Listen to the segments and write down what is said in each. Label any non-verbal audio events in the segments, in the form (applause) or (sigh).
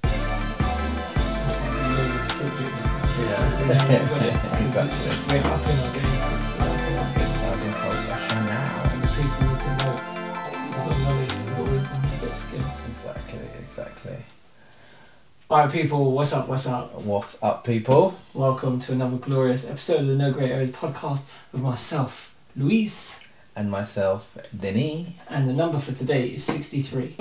(laughs) exactly. We're hopping on it. We're hopping on it. Starting from now. people need to know you've got knowledge, you've got wisdom, you've got skills. Exactly, exactly. Alright, people, what's up? What's up? What's up, people? Welcome to another glorious episode of the No Great Areas podcast with myself, Luis, And myself, Denis, and the number for today is 63.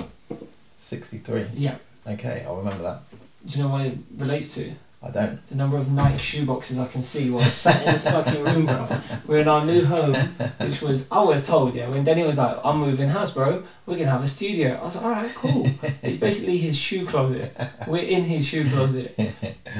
63. Yeah, Okay, I'll remember that. do you know what it relates to? I don't. The number of Nike shoeboxes I can see while sat in this fucking room, bro. We're in our new home, which was, I was told, yeah, when Danny was like, I'm moving house, bro, we're gonna have a studio. I was like, alright, cool. It's basically his shoe closet. We're in his shoe closet.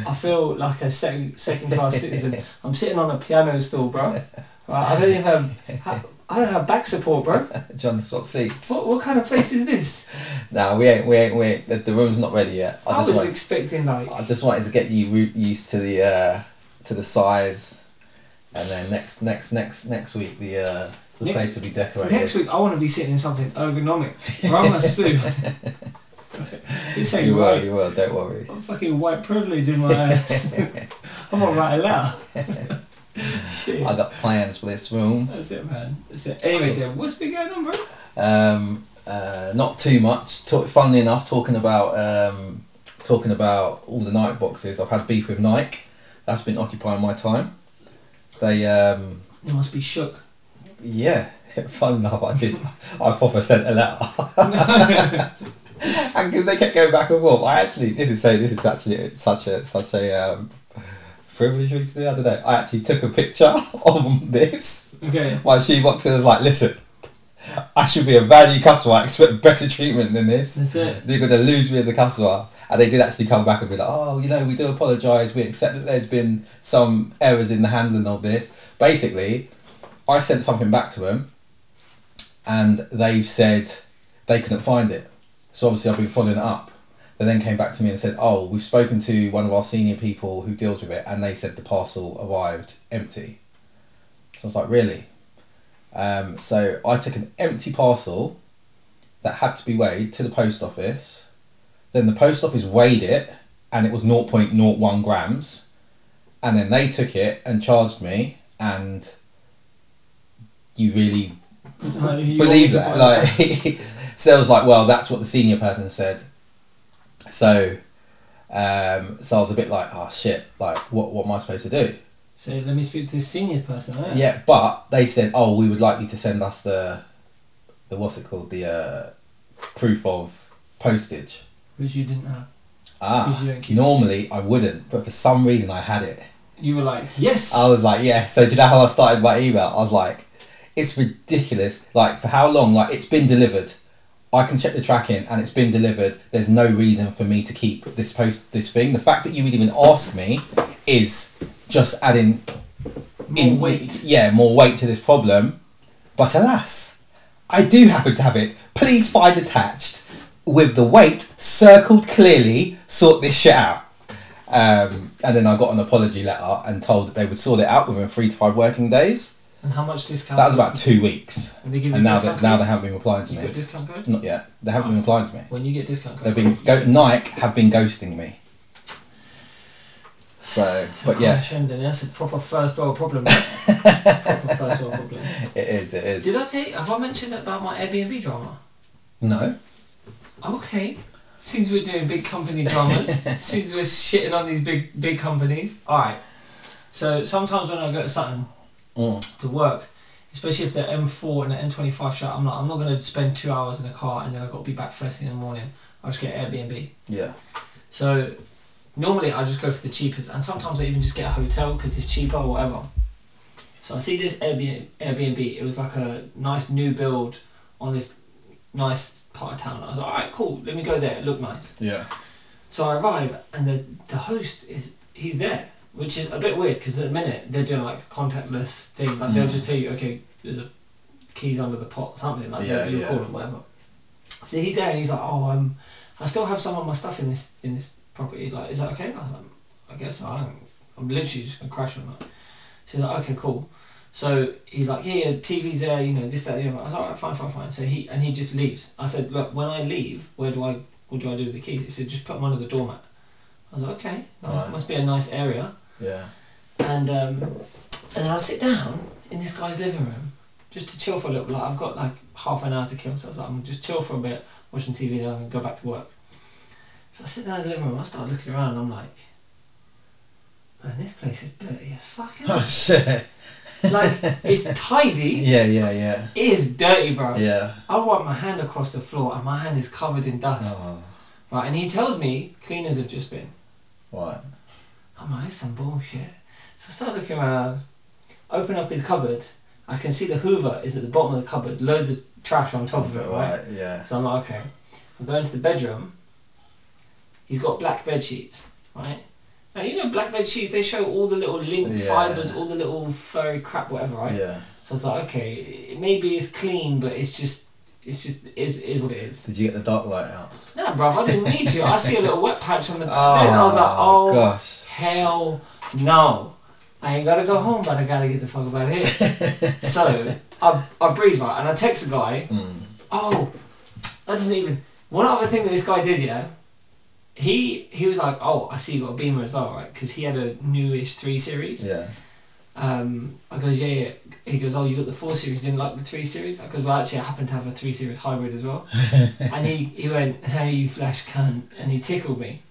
I feel like a second second class citizen. I'm sitting on a piano stool, bro. Right, I don't even have, ha- I don't have back support, bro. John, swap seats. What, what kind of place is this? Nah, we ain't, we ain't, we ain't, the, the room's not ready yet. I I, just, was want, expecting like, I just wanted to get you ru- used to the, uh, to the size. And then next, next, next, next week, the, uh, the Next- place will be decorated. next week I want to be sitting in something (laughs) ergonomic. Or I'm a suit. this ain't you right. will, you will, don't worry. I'm fucking white privilege in my (laughs) ass. I'm gonna write a letter. (laughs) Shit. I got plans for this room. That's it, man. That's it. Anyway, then, what's been going on, bro? um, uh, not too much. Talk, funnily enough, talking about um, talking about all the Nike boxes. I've had beef with Nike. That's been occupying my time. They, um, They must be shook. yeah, (laughs) fun enough. I did. I proper sent a letter, (laughs) and because they kept going back and forth, I actually this is so this is actually such a such a um, privilege thing to do. I don't know. I actually took a picture (laughs) of this (laughs) okay. my shoebox is like, listen, I should be a value customer. I expect better treatment than this. That's it. They're going to lose me as a customer. And they did actually come back and be like, oh, you know, we do apologise. We accept that there's been some errors in the handling of this. Basically, I sent something back to them and they've said they couldn't find it. So obviously, I've been following it up. They then came back to me and said, oh, we've spoken to one of our senior people who deals with it and they said the parcel arrived empty. So I was like, really? Um, so I took an empty parcel that had to be weighed to the post office. Then the post office weighed it, and it was 0.01 grams. And then they took it and charged me, and you really Uh, you believe want me to that. buy Like, (laughs) so I was like, well, that's what the senior person said. So, um, so I was a bit like, oh shit, like, what, what am I supposed to do? So let me speak to this senior person. Right? Yeah, but they said, "Oh, we would like you to send us the, the what's it called, the uh, proof of postage." Which you didn't have. Ah, Because you don't keep normally receipts. I wouldn't, but for some reason I had it. You were like, yes. I was like, "Yeah." So do you know how I started my email? I was like, "It's ridiculous. Like for how long? Like it's been delivered. I can check the tracking, and it's been delivered. There's no reason for me to keep this post, this thing. The fact that you would even ask me is just adding More in weight. yeah more weight to this problem but alas i do happen to have it please find attached with the weight circled clearly sort this shit out um, and then i got an apology letter and told that they would sort it out within three to five working days And how much discount? that was about two weeks And they give you and now discount that now they code? haven't been replying to You Oh. got me discount code. not yet they haven't been replying to me When you get discount code. they've been go- nike have been ghosting me so It's a but yeah crash ending. That's a proper first world (laughs) problem. proper first world problem. it is it is Did I say? Have I mentioned about my Airbnb drama? no Okay. Since we're doing big company dramas, (laughs) since we're shitting on these big big companies. Alright. So sometimes when I go to Sutton Mm. to work, especially if they're M4 and an M25 shut, I'm like, I'm not going to spend two hours in a car and then I've got to be back first thing in the morning. I'll just get Airbnb. yeah So normally I just go for the cheapest and sometimes I even just get a hotel because it's cheaper or whatever. So I see this Airbnb, Airbnb, it was like a nice new build on this nice part of town. I was like, alright, cool, let me go there, it looked nice. yeah So I arrive, and the, the host is he's there, which is a bit weird because at the minute they're doing like a contactless thing, like they'll Mm. just tell you, okay, there's a keys under the pot, something like Yeah, that, you yeah. call it whatever. So he's there, and he's like, oh, um, I still have some of my stuff in this in this property. Like, is that okay? I was like, I guess so. I don't. I'm literally just gonna crash on that. So he's like, okay, cool. So he's like, yeah, yeah, TV's there, you know, this, that, the other. I was like, alright, fine, fine, fine. So he and he just leaves. I said, look, when I leave, where do I what do I do with the keys? He said, just put them under the doormat. I was like, okay, nice. Right. must be a nice area. yeah (laughs) and um, and then I sit down in this guy's living room just to chill for a little. Like I've got like half an hour to kill, so I was like, I'm gonna just chill for a bit, watching TV, and then go back to work. So I sit down in his living room. I start looking around. and I'm like, man, this place is dirty as fucking. (laughs) Oh shit. like it's tidy. Yeah, yeah, yeah. It is dirty, bro. Yeah. I wipe my hand across the floor, and my hand is covered in dust. Oh, Right, and he tells me cleaners have just been. right. I'm like, that's some bullshit. So I start looking around, open up his cupboard. I can see the Hoover is at the bottom of the cupboard, loads of trash on top of it, right? Yeah. So I'm like, okay. I go into the bedroom. He's got black bed sheets, right? Now you know black bed sheets. They show all the little link Yeah. fibers, all the little furry crap, whatever, right? Yeah. So I was like, okay, it- maybe it's clean, but it's just, it's just, is is what it is. Did you get the dark light out? Nah, bruv, I didn't need to. I see a little wet patch on the bed. I was Ah, like, oh, gosh. hell no. I ain't gotta go home, but I gotta get the fuck out of here. so I, I breeze right and I text the guy, Mm. oh, that doesn't even. One other thing that this guy did, yeah, he he was like, oh, I see you got a Beamer as well, right? Because he had a newish 3 Series. Yeah. Um, I goes, yeah, yeah. He goes, oh, you got the 4 Series, didn't like the 3 Series? I goes, well, actually, I happen to have a 3 Series hybrid as well. and he, he went, hey, you flash cunt. And he tickled me.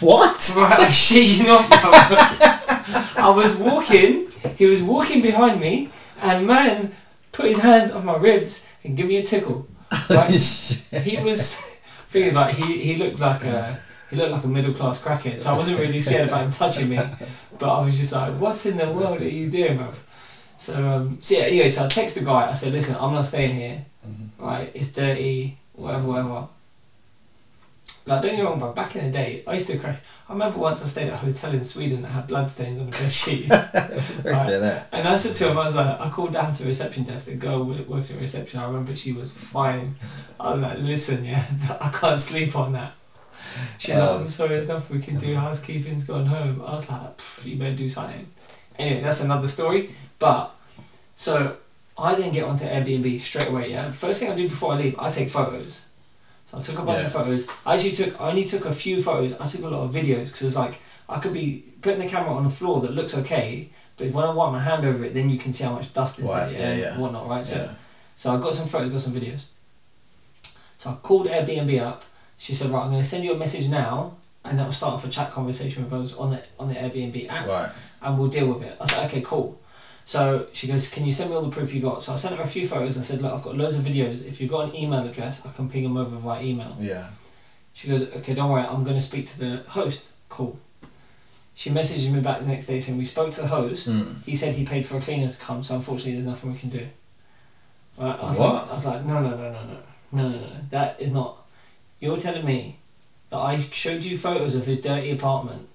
What? (laughs) Right, I shit you not. bro. I was walking, he was walking behind me, and man put his hands on my ribs and give me a tickle. Right? Shit. he was thing is like he, he looked like a he looked like a middle class crackhead, so I wasn't really scared about him touching me. But I was just like, What in the world are you doing, bro? So um so yeah, anyway, so I text the guy, I said, Listen, I'm not staying here, Mhm. right? It's dirty, whatever, whatever. Like, don't get me wrong, bro. Back in the day, I used to crash. I remember once I stayed at a hotel in Sweden that had bloodstains on the bed sheet. Right there, there. And I said to him, I was like, I called down to the reception desk. The girl wo- worked at reception. I remember she was fine. I was like, listen, yeah, (laughs) I can't sleep on that. She's Oh. like, I'm sorry, there's nothing we can do. Housekeeping's gone home. I was like, "Pff, you better do something. Anyway, that's another story. But so I then get onto Airbnb straight away. Yeah, first thing I do before I leave, I take photos. So I took a bunch Yeah. of photos. I actually took, I only took a few photos. I took a lot of videos because it's like I could be putting the camera on a floor that looks okay, but when I wipe my hand over it, then you can see how much dust is Right, there yeah, and yeah. whatnot, right? So, Yeah. so I got some photos, got some videos. So I called Airbnb up. She said, right, I'm going to send you a message now, and that will start off a chat conversation with us on the on the Airbnb app Right. and we'll deal with it. I was like, okay, cool. So she goes, can you send me all the proof you got? So I sent her a few photos and said, look, I've got loads of videos. If you've got an email address, I can ping them over via email. Yeah. She goes, okay, don't worry, I'm going to speak to the host. Cool. She messages me back the next day saying, we spoke to the host. Mm. He said he paid for a cleaner to come, so unfortunately, there's nothing we can do. Right? I was What? like, I was like, no, no, no, no, no, no, no, no. That is not. You're telling me that I showed you photos of his dirty apartment,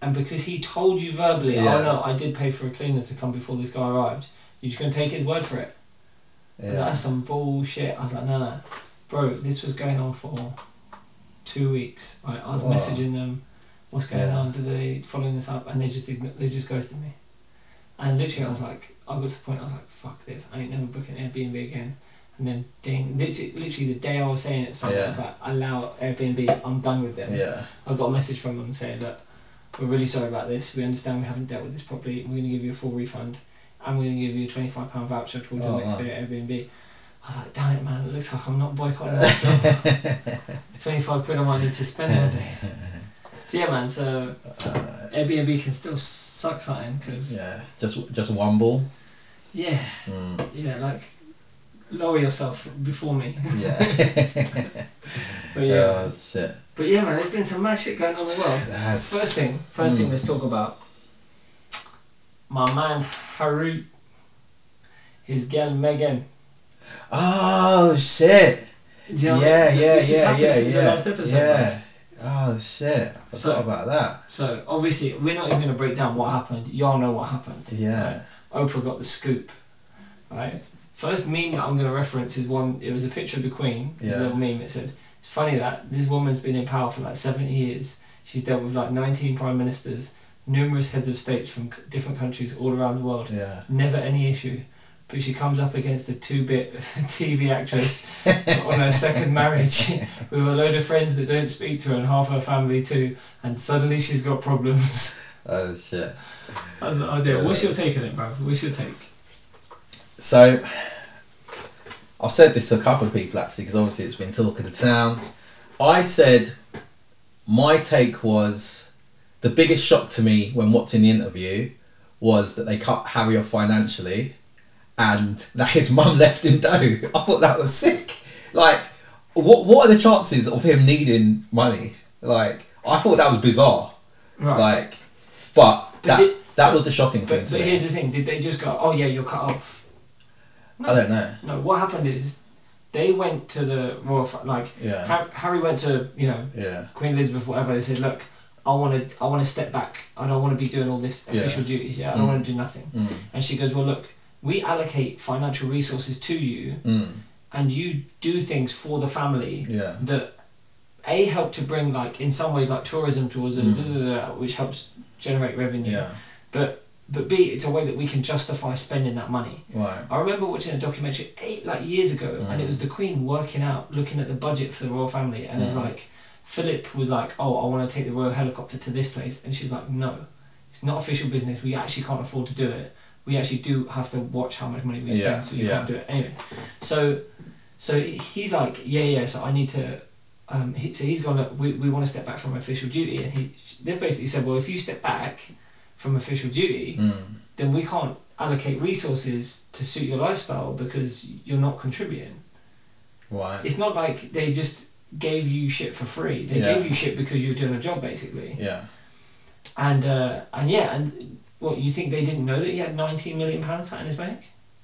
and because he told you verbally, Yeah. oh no, I did pay for a cleaner to come before this guy arrived. You're just gonna take his word for it. I was like, Yeah. That's some bullshit. I was like, no, no, bro, this was going on for two weeks. Right? I was Wow. messaging them, what's going Yeah. on? Did they following this up? And they just ign- they just ghosted me. And literally, I was like, I got to the point. I was like, fuck this. I ain't never booking Airbnb again. And then, ding, literally, literally the day I was saying it, someone Yeah. was like, allow Airbnb. I'm done with them. Yeah. I got a message from them saying, look, we're really sorry about this. We understand we haven't dealt with this properly. We're going to give you a full refund and we're going to give you a £25 voucher towards Oh, your next day nice. at Airbnb. I was like, damn it, man. It looks like I'm not boycotting that job. 25 quid I might need to spend that day. So, yeah, man. So, Uh, Airbnb can still suck something because, yeah. Just just one ball. yeah. Mm. yeah, like, lower yourself before me. Yeah. (laughs) But, yeah. Oh, shit. but, yeah, man, there's been some mad shit going on in the world. That's First thing, first Hmm. thing, let's talk about my man Harut, his girl Megan. Oh shit. Do you know what I yeah, mean? yeah, this yeah, has happened yeah, since yeah, the last episode. Yeah. right? Oh shit! I So- forgot about that. So obviously, we're not even going to break down what happened. Y'all know what happened. Yeah. Oprah got the scoop, right? First meme that I'm going to reference is one. It was a picture of the Queen. Yeah. A little meme. It said, "It's funny that this woman's been in power for like 70 years. She's dealt with like 19 prime ministers, numerous heads of states from c- different countries all around the world." Yeah. never any issue. But she comes up against a two-bit (laughs) TV actress (laughs) on her second marriage (laughs) with a load of friends that don't speak to her and half her family too, and suddenly she's got problems. (laughs) Oh shit. I was like, oh dear. What's your take on it, bro? What's your take? So, I've said this to a couple of people actually, because obviously it's been talk of the town. I said my take was the biggest shock to me when watching the interview was that they cut Harry off financially and that his (laughs) mum left him dough. I thought that was sick. Like, what, what are the chances of him needing money? Like, I thought that was bizarre. Right. Like, but, But that, did- that was the shocking thing but, to but me. here's the thing: Did they just go? Oh yeah, you're cut off. I don't know. No, what happened is they went to the royal, fa- like Yeah. Har- Harry went to you know Yeah. Queen Elizabeth, whatever. They said, look, I want to, I want to step back. I don't want to be doing all this Yeah. official duties. Yeah, I don't Mm. want to do nothing. Mm. And she goes, well, look, we allocate financial resources to you, Mm. and you do things for the family Yeah. that a help to bring like in some ways like tourism towards it, Mm. da, da, da, da, which helps generate revenue. Yeah. But but b it's a way that we can justify spending that money. Right. I remember watching a documentary eight like years ago, and it Mm. was the Queen working out, looking at the budget for the royal family, and it was Mm. like Philip was like, "Oh, I want to take the royal helicopter to this place," and she's like, "No, it's not official business. We actually can't afford to do it. We actually do have to watch how much money we spend, Yeah, so you yeah. can't do it anyway." So, so he's like, "Yeah, yeah." So I need to. Um, he, so he's gonna. We, we want to step back from official duty, and he they've basically said, "Well, if you step back from official duty." Mm. then we can't allocate resources to suit your lifestyle because you're not contributing. Right. It's not like they just gave you shit for free. They Yeah. gave you shit because you were doing a job basically. Yeah. And uh, and yeah, and what you think they didn't know that he had 19 million pounds sat in his bank,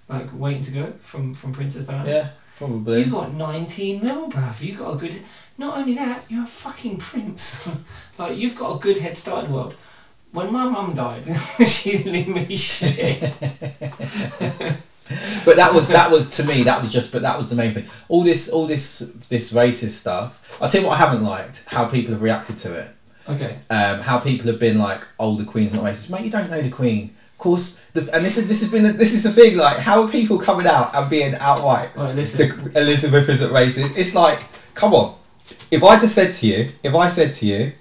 like waiting to go from from Princess Diana. Yeah. You Probably. got 19 mil, bruv. You got a good. Not only that, you're a fucking prince. (laughs) like, you've got a good head start in the world. When my mum died, (laughs) she didn't leave me shit. (laughs) But that was that was to me that was just but that was the main thing. All this all this this racist stuff. I'll tell you what I haven't liked how people have reacted to it. Okay. Um, how people have been like, "Oh, the Queen's not racist, mate. You don't know the Queen." Of course, the, and this is this has been this is the thing. Like, how are people coming out and being outright? Well, listen. the Elizabeth isn't racist. It's like, come on. If I just said to you, if I said to you,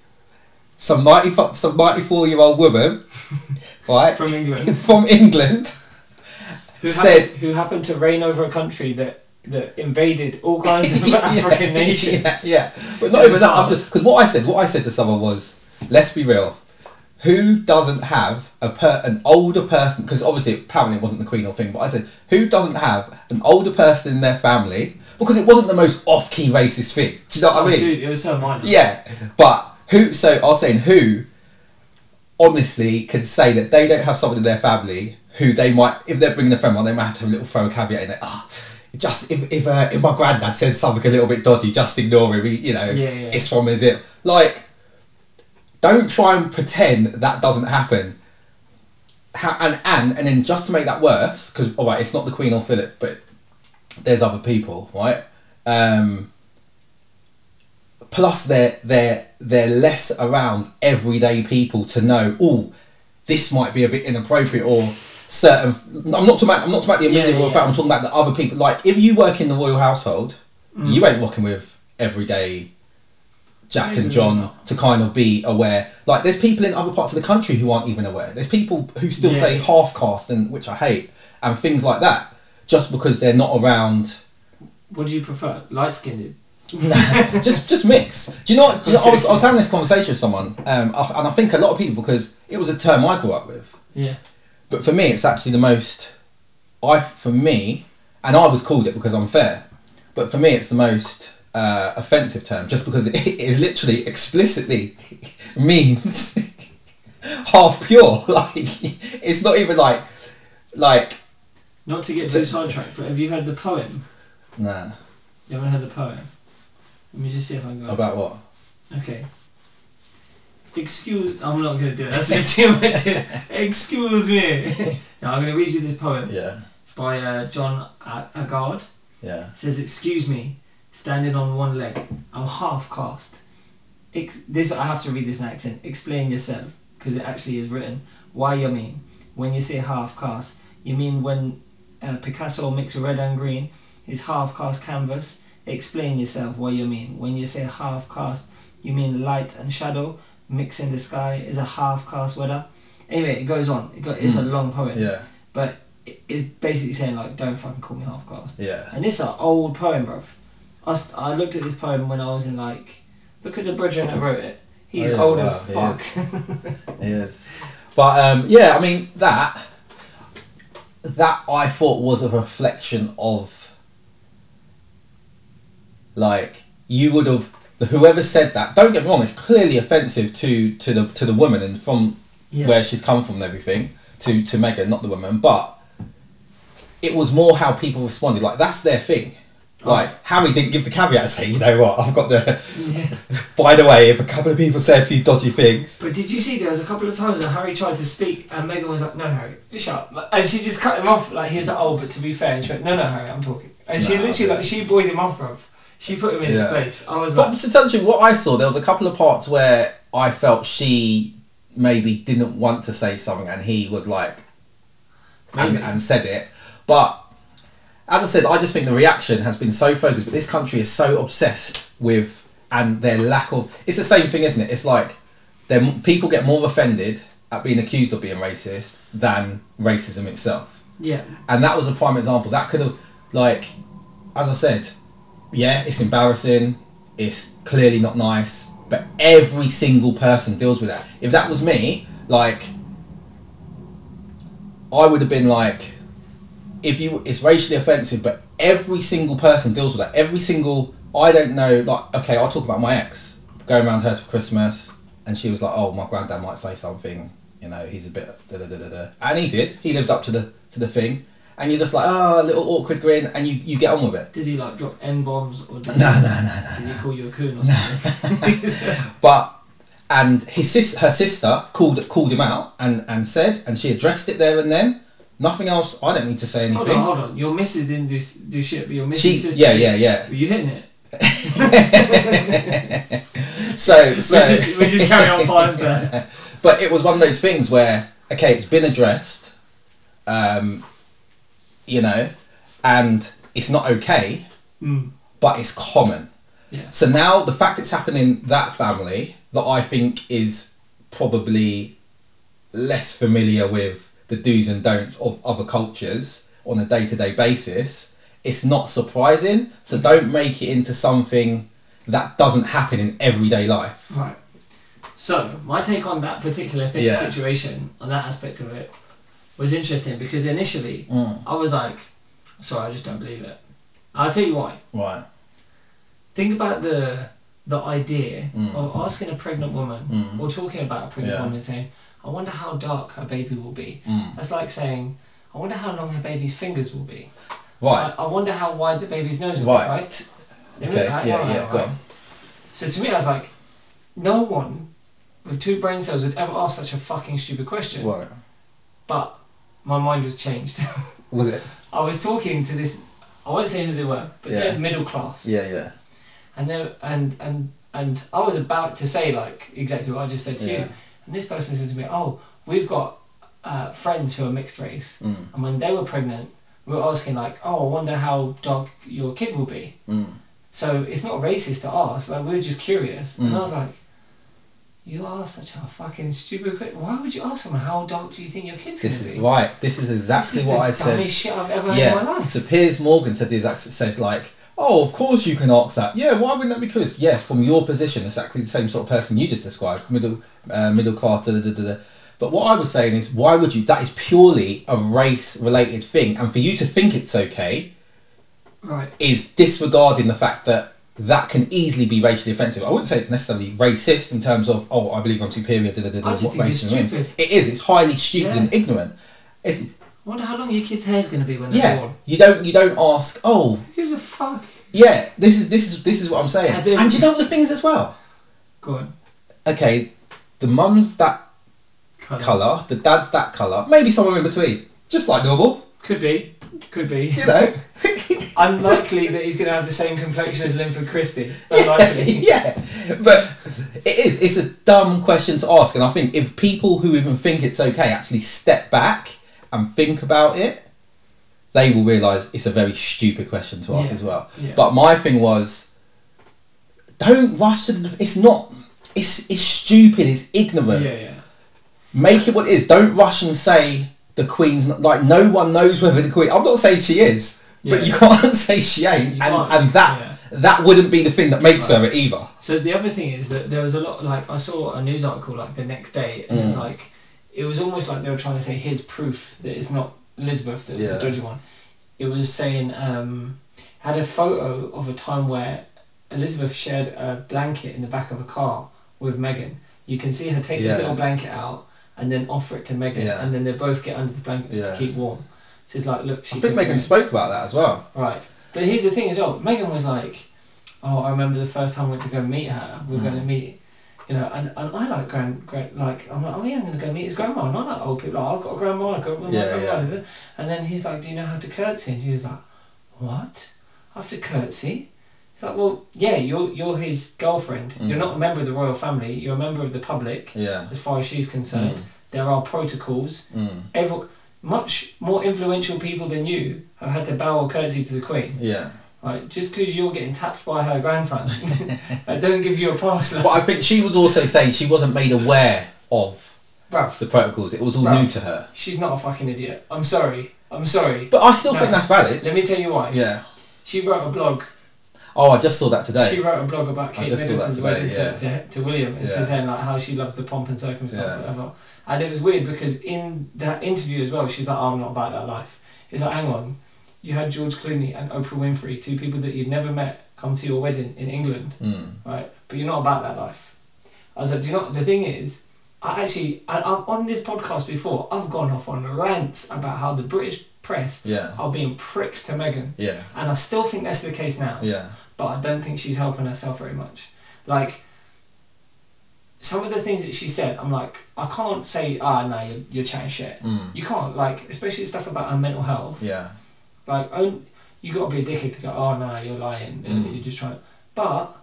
some ninety some ninety four year old woman, (laughs) right From England. (laughs) from England, who said- happened, who happened to reign over a country that that invaded all kinds (laughs) of Yeah, African yeah, nations. yeah, yeah. but not even that. Because what I said, what I said to someone was, let's be real. Who doesn't have a per- an older person? Because obviously, apparently, it wasn't the Queen or thing. But I said, who doesn't have an older person in their family? Because it wasn't the most off-key racist thing. Do you know what Oh, I mean? dude, it was so minor. Yeah, but who? So I was saying, who honestly can say that they don't have someone in their family who they might, if they're bringing a friend on, they might have to have a little throw a caveat in there. Ah, just if if, uh, if my granddad says something a little bit dodgy, just ignore him. He- You know, Yeah, yeah. it's from is it like? Don't try and pretend that doesn't happen. Ha- and and and then just to make that worse, because all right, it's not the Queen or Philip, but there's other people, right? Um, plus they're they're they're less around everyday people to know oh this might be a bit inappropriate or certain i'm not talking about i'm not talking about the immediate yeah, royal yeah. family i'm talking about the other people like if you work in the royal household Mm. you ain't working with everyday jack Maybe and john not. to kind of be aware like there's people in other parts of the country who aren't even aware there's people who still Yeah. say half caste and which i hate and things like that just because they're not around What do you prefer, light skinned? Nah, (laughs) just just mix. Do you know? what- Do you know I, was, I was having this conversation with someone, um, I- and I think a lot of people because it was a term I grew up with, Yeah. but for me, it's actually the most. I for me, and I was called it because I'm fair, but for me, it's the most uh, offensive term just because it is literally explicitly (laughs) means (laughs) half pure. (laughs) Like it's not even like like Not to get too sidetracked, but have you heard the poem? nah You haven't heard the poem. Let me just see if I can go. about what Okay. Excuse, I'm not gonna do it. That's a bit too (laughs) much. Excuse me. now I'm gonna read you this poem yeah It's by uh, John A- Agard. yeah says, "Excuse me, standing on one leg. I'm half cast." Ex- this I have to read this in accent. Explain yourself, because it actually is written. Why you mean? When you say half cast, you mean when uh, Picasso mixed red and green is half cast canvas. Explain yourself. What you mean? When you say half cast, you mean light and shadow. Mix in the Sky is a half cast weather. Anyway, it goes on. It go, it's a long poem. Yeah. But it- it's basically saying, like, don't fucking call me half cast. Yeah. And this is an old poem, bruv. I, st- I looked at this poem when I was in, like, look at the brethren that wrote it. He's Oh, yeah, old wow, as he fuck. (laughs) Yes. But um, yeah, I mean that that I thought was a reflection of like you would have whoever said that. Don't get me wrong; it's clearly offensive to to the to the woman and from Yeah. where she's come from and everything to to Megan, not the woman. But it was more how people responded. Like that's their thing. Oh. Like Harry didn't give the caveat saying, you know what, I've got the. yeah. (laughs) By the way, if a couple of people say a few dodgy things, But did you see there was a couple of times when Harry tried to speak and Megan was like, "No, Harry, shut up," and she just cut him off. Like he was like, "Oh, but to be fair," and she went, "No, no, Harry, I'm talking." And she Nah, literally but- like she buoyed him off, bruv. She put him in Yeah. his place. I was But like, to tell you what I saw, there was a couple of parts where I felt she maybe didn't want to say something, and he was like, and, Maybe. and said it. But as I said, I just think the reaction has been so focused. But this country is so obsessed with and their lack of. It's the same thing, isn't it? It's like them people get more offended at being accused of being racist than racism itself "Yeah, and that was a prime example. That could have, like, as I said, yeah, it's embarrassing. It's clearly not nice, but every single person deals with that. If that was me, like, I would have been like, if you, it's racially offensive, but every single person deals with that. Every single, I don't know, like, okay, I'll talk about my ex going around hers for Christmas, and she was like, oh, my granddad might say something, you know, he's a bit da da da da da, and he did. He lived up to the to the thing, and you're just like, ah, a little awkward grin, and you you get on with it. (laughs) did he like drop n bombs or did, No, no, no, did he call you a coon or something?" no. But and his sis, her sister called called him out and and said, and she addressed it there and then. Nothing else. I don't need to say hold anything. on, hold on. Your missus didn't do s- do shit, but your missus She, sister. yeah, did. yeah, yeah. Were you hitting it? So, so (laughs) we just we just carry on fires (laughs) there. but it was one of those things where okay it's been addressed um you know and it's not okay Mm. but it's common Yeah. so now the fact it's happening in that family that i think is probably less familiar with the do's and don'ts of other cultures on a day-to-day basis it's not surprising so Mm. don't make it into something that doesn't happen in everyday life Right. So my take on that particular thing, Yeah. situation, on that aspect of it, was interesting because initially Mm, I was like, "Sorry, I just don't believe it." I'll tell you why. right Think about the the idea Mm. of asking a pregnant woman Mm. or talking about a pregnant Yeah. woman and saying, "I wonder how dark her baby will be." mm. That's like saying, "I wonder how long her baby's fingers will be." right I, I wonder how wide the baby's nose will Right. be. Right. They look Okay, like- yeah, right, yeah, right, go right. on. So to me, I was like, no one with two brain cells would ever ask such a fucking stupid question. What? But my mind was changed. (laughs) Was it? I was talking to this. I won't say who they were, but Yeah. they're middle class. Yeah, yeah. And they are and and and I was about to say like exactly what I just said to Yeah. you. And this person said to me, "Oh, we've got uh, friends who are mixed race, Mm, and when they were pregnant, we were asking like, oh, I wonder how dark your kid will be.'" mm. So it's not racist to ask. Like we were just curious, and I Mm. was like, "You are such a fucking stupid. que- Why would you ask someone how dark do you think your kids This gonna is be?" right. This is This exactly is what the I said. dumbest shit I've ever heard in my Yeah. life. So Piers Morgan said the exact said like, "Oh, of course you can ask that. Yeah, why wouldn't that be curious? Yeah, from your position, exactly the same sort of person you just described, middle uh, middle class, da da da da." da. But what I was saying is, why would you? That is purely a race related thing, and for you to think it's okay Right. is disregarding the fact that that can easily be racially offensive. I wouldn't say it's necessarily racist in terms of oh, I believe I'm superior. Da, da, da, da, I just what think it's racism means. stupid. It is. It's highly stupid Yeah. and ignorant. It's Wonder how long your kid's hair's gonna be when they're yeah. born. You don't. You don't ask. Oh, Who gives a fuck? yeah. This is this is this is what I'm saying. And And, then- you know the things as well. Go on. Okay, the mum's that Colour. color, the dad's that color. Maybe somewhere in between, just like normal. Could be. Could be. You know. (laughs) (laughs) Unlikely that he's gonna have the same complexion as Linford Christie. (laughs) Unlikely. yeah, but it is. It's a dumb question to ask, and I think if people who even think it's okay actually step back and think about it, they will realise it's a very stupid question to ask Yeah, as well. yeah. But my thing was, don't rush to. The, it's not. it's it's stupid. It's yeah, ignorant. yeah. Make it what it is. Don't rush and say the Queen's not, like no one knows whether the Queen. I'm not saying she is, Yeah. but you can't (laughs) say she ain't, You and, can't, and that yeah. that wouldn't be the thing that makes her either. So the other thing is that there was a lot like I saw a news article like the next day and it Mm. was like it was almost like they were trying to say here's proof that it's not Elizabeth that's Yeah. the dodgy one. It was saying um, had a photo of a time where Elizabeth shared a blanket in the back of a car with Meghan. You can see her take Yeah. this little blanket out and then offer it to Meghan Yeah. and then they both get under the blanket just Yeah. to keep warm. So it's like look she I think took Megan it. spoke about that as well. Right. But here's the thing as well. Megan was like, "Oh, I remember the first time I went to go meet her. Mm. We were going to meet, you know." And, and I like grand, grand, like I'm like, "Oh yeah, I'm going to go meet his grandma." And I like old people. Like, I've got a grandma. I've got my Yeah, grandma. And then he's like, "Do you know how to curtsy?" And she was like, "What? I have to curtsy?" He's like, "Well, yeah, you're you're his girlfriend. You're Mm. not a member of the royal family. You're a member of the public, Yeah. as far as she's concerned. There are protocols." Mm. every, much more influential people than you have had to bow or curtsy to the Queen. Yeah. Right, just because you're getting tapped by her grandson, (laughs) I don't give you a pass. (laughs) But I think she was also saying she wasn't made aware of Bruv, the protocols. It was all new Right. to her. she's not a fucking idiot. I'm sorry. I'm sorry. But I still No. think that's valid. Let me tell you why. Yeah. She wrote a blog. Oh, I just saw that today. She wrote a blog about I Kate just saw that Middleton's today, wedding yeah. to, to, to William, and Yeah. she's saying like how she loves the pomp and circumstance, Yeah. whatever. And it was weird because in that interview as well, she's like, "I'm not about that life." It's like, hang on, you had George Clooney and Oprah Winfrey, two people that you'd never met, come to your wedding in England. Mm. right? But you're not about that life. I was like, do you know? The thing is, I actually, I, I'm on this podcast before. I've gone off on rants about how the British press Yeah. are being pricks to Meghan, Yeah. and I still think that's the case now. Yeah. But I don't think she's helping herself very much. Like. Some of the things that she said, I'm like, I can't say, ah, no, you're, you're chatting shit. Mm. You can't, like, especially stuff about her mental health. Yeah. Like, own, you got to be a dickhead to go, oh, no, you're lying. Mm. You're just trying. But,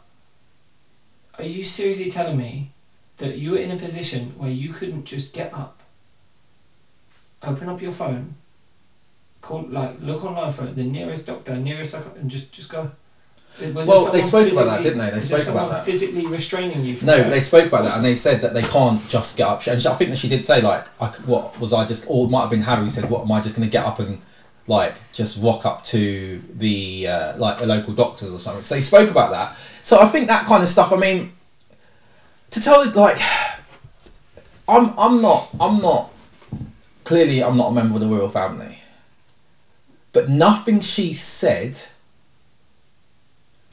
are you seriously telling me that you were in a position where you couldn't just get up, open up your phone, call, like, look online for the nearest doctor, nearest psych- and just, just go? Was there Well, they someone spoke about that, physically- didn't they? They was there spoke about someone that. physically restraining you from No, that? they spoke about that and they said that they can't just get up. And she- I think that she did say like, I c "What was I just?" Or it might have been Harry who said, "What am I just going to get up and like just walk up to the uh, like the local doctors or something?" So they spoke about that. So I think that kind of stuff. I mean, to tell it like, I'm I'm not I'm not clearly I'm not a member of the royal family, but nothing she said.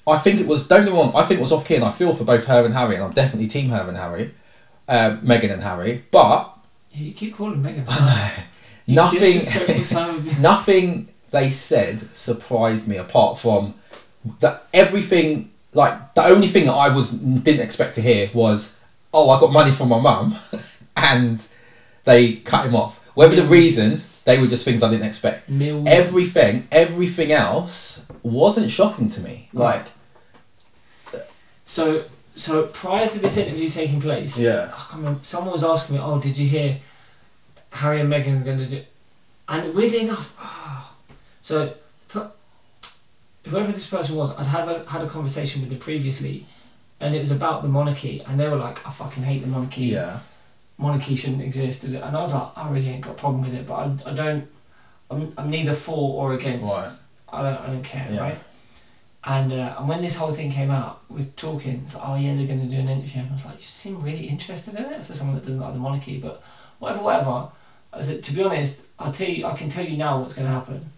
I think it was. Don't get me wrong. I think it was off key, and I feel for both her and Harry, and I'm definitely team her and Harry, uh, Megan and Harry. But You keep calling Megan. Disrespectful (laughs) nothing, son of a- nothing they said surprised me apart from that everything. Like the only thing that I was didn't expect to hear was, "Oh, I got money from my mum," (laughs) and they cut him off. Whether the reasons they were just things I didn't expect Mil- everything everything else wasn't shocking to me like So, so prior to this interview taking place, yeah I can't remember, someone was asking me, "Oh, did you hear Harry and Meghan are going to do?" And weirdly enough, (sighs) so pu- whoever this person was, I'd have a, had a conversation with them previously, and it was about the monarchy, and they were like, "I fucking hate the monarchy. yeah Monarchy shouldn't exist." And I was like, "I really ain't got a problem with it, but I, I don't. I'm, I'm neither for or against. Right. I don't, I don't care, Yeah. right? And uh, and when this whole thing came out, we're talking. It's like, oh yeah, they're going to do an interview, and I was like, you seem really interested in it for someone that doesn't like the monarchy, but whatever, whatever. I said, to be honest, I'll tell you, I can tell you now what's going to happen.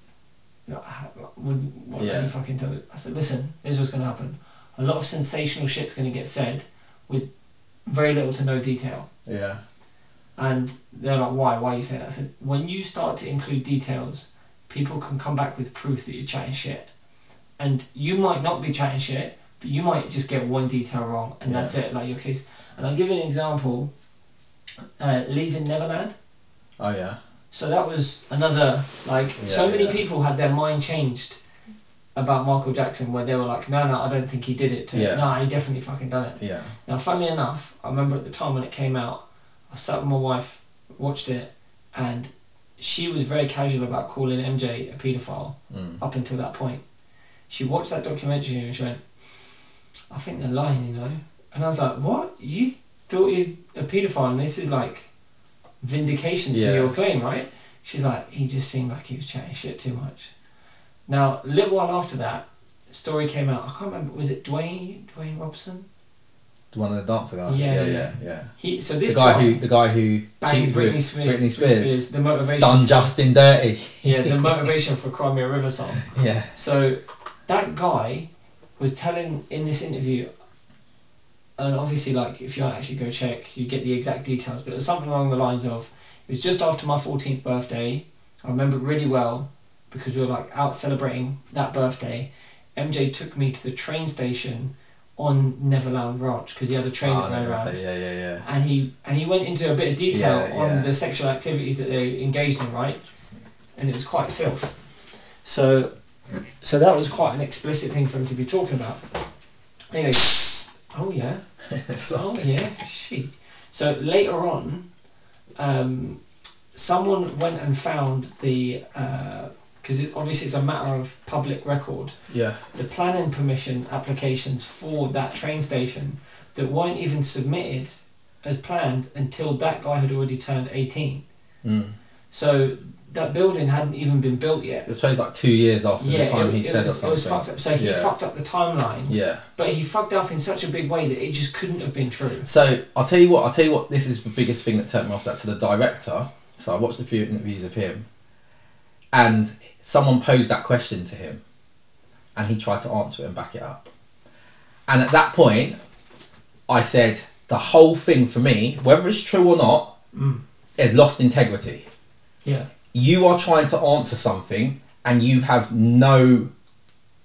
You know, I- I Wouldn't what Yeah. you fucking tell it. I said, listen, this is what's going to happen. A lot of sensational shit's going to get said with very little to no detail. yeah And they're like, why? Why you say that? I said, when you start to include details, people can come back with proof that you're chatting shit. And you might not be chatting shit, but you might just get one detail wrong, and that's it, like your case. And I'll give you an example uh, leaving Neverland. oh yeah So that was another, like, so Yeah, many yeah. people had their mind changed about Michael Jackson, where they were like, no, no, I don't think he did it. To, Yeah. No, he definitely fucking done it. yeah Now, funnily enough, I remember at the time when it came out, I sat with my wife, watched it, and she was very casual about calling MJ a paedophile mm. up until that point. She watched that documentary and she went, I think they're lying, you know. And I was like, what? You thought he's a paedophile and this is like vindication to Yeah. your claim, right? She's like, he just seemed like he was chatting shit too much. Now, a little while after that, story came out. I can't remember. Was it Dwayne Dwayne Robson? The one of the dancer guy. Yeah, yeah, yeah. yeah. yeah. He so this the guy who the guy who banged cheated Britney with Spears, Britney Spears the motivation done for- Justin dirty. yeah the motivation for Crimea River song. (laughs) Yeah, So that guy was telling in this interview, and obviously, like if you actually go check, you get the exact details. But it was something along the lines of, it was just after my fourteenth birthday. I remember really well because we were like out celebrating that birthday. MJ took me to the train station on Neverland Ranch because he had a train Oh, that no, ran that's around it. yeah, yeah, yeah. and he and he went into a bit of detail Yeah, on yeah. the sexual activities that they engaged in, right? And it was quite filth. So, so that was quite an explicit thing for him to be talking about. Anyway, oh yeah, (laughs) (laughs) so, oh yeah, she. So later on, um, someone went and found the because it, obviously it's a matter of public record yeah. the planning permission applications for that train station that weren't even submitted as planned until that guy had already turned 18. Mm. So that building hadn't even been built It yet. was probably like two years after yeah, the time it, he it said was, or it was something. fucked up. So he Yeah. fucked up the timeline, Yeah. but he fucked up in such a big way that it just couldn't have been true. So I'll tell you what. I'll tell you what. This is the biggest thing that turned me off. That so the director. So I watched a few interviews of him, and someone posed that question to him, and he tried to answer it and back it up. And at that point, I said the whole thing for me, whether it's true or not, Mm. is lost integrity. Yeah. you are trying to answer something and you have no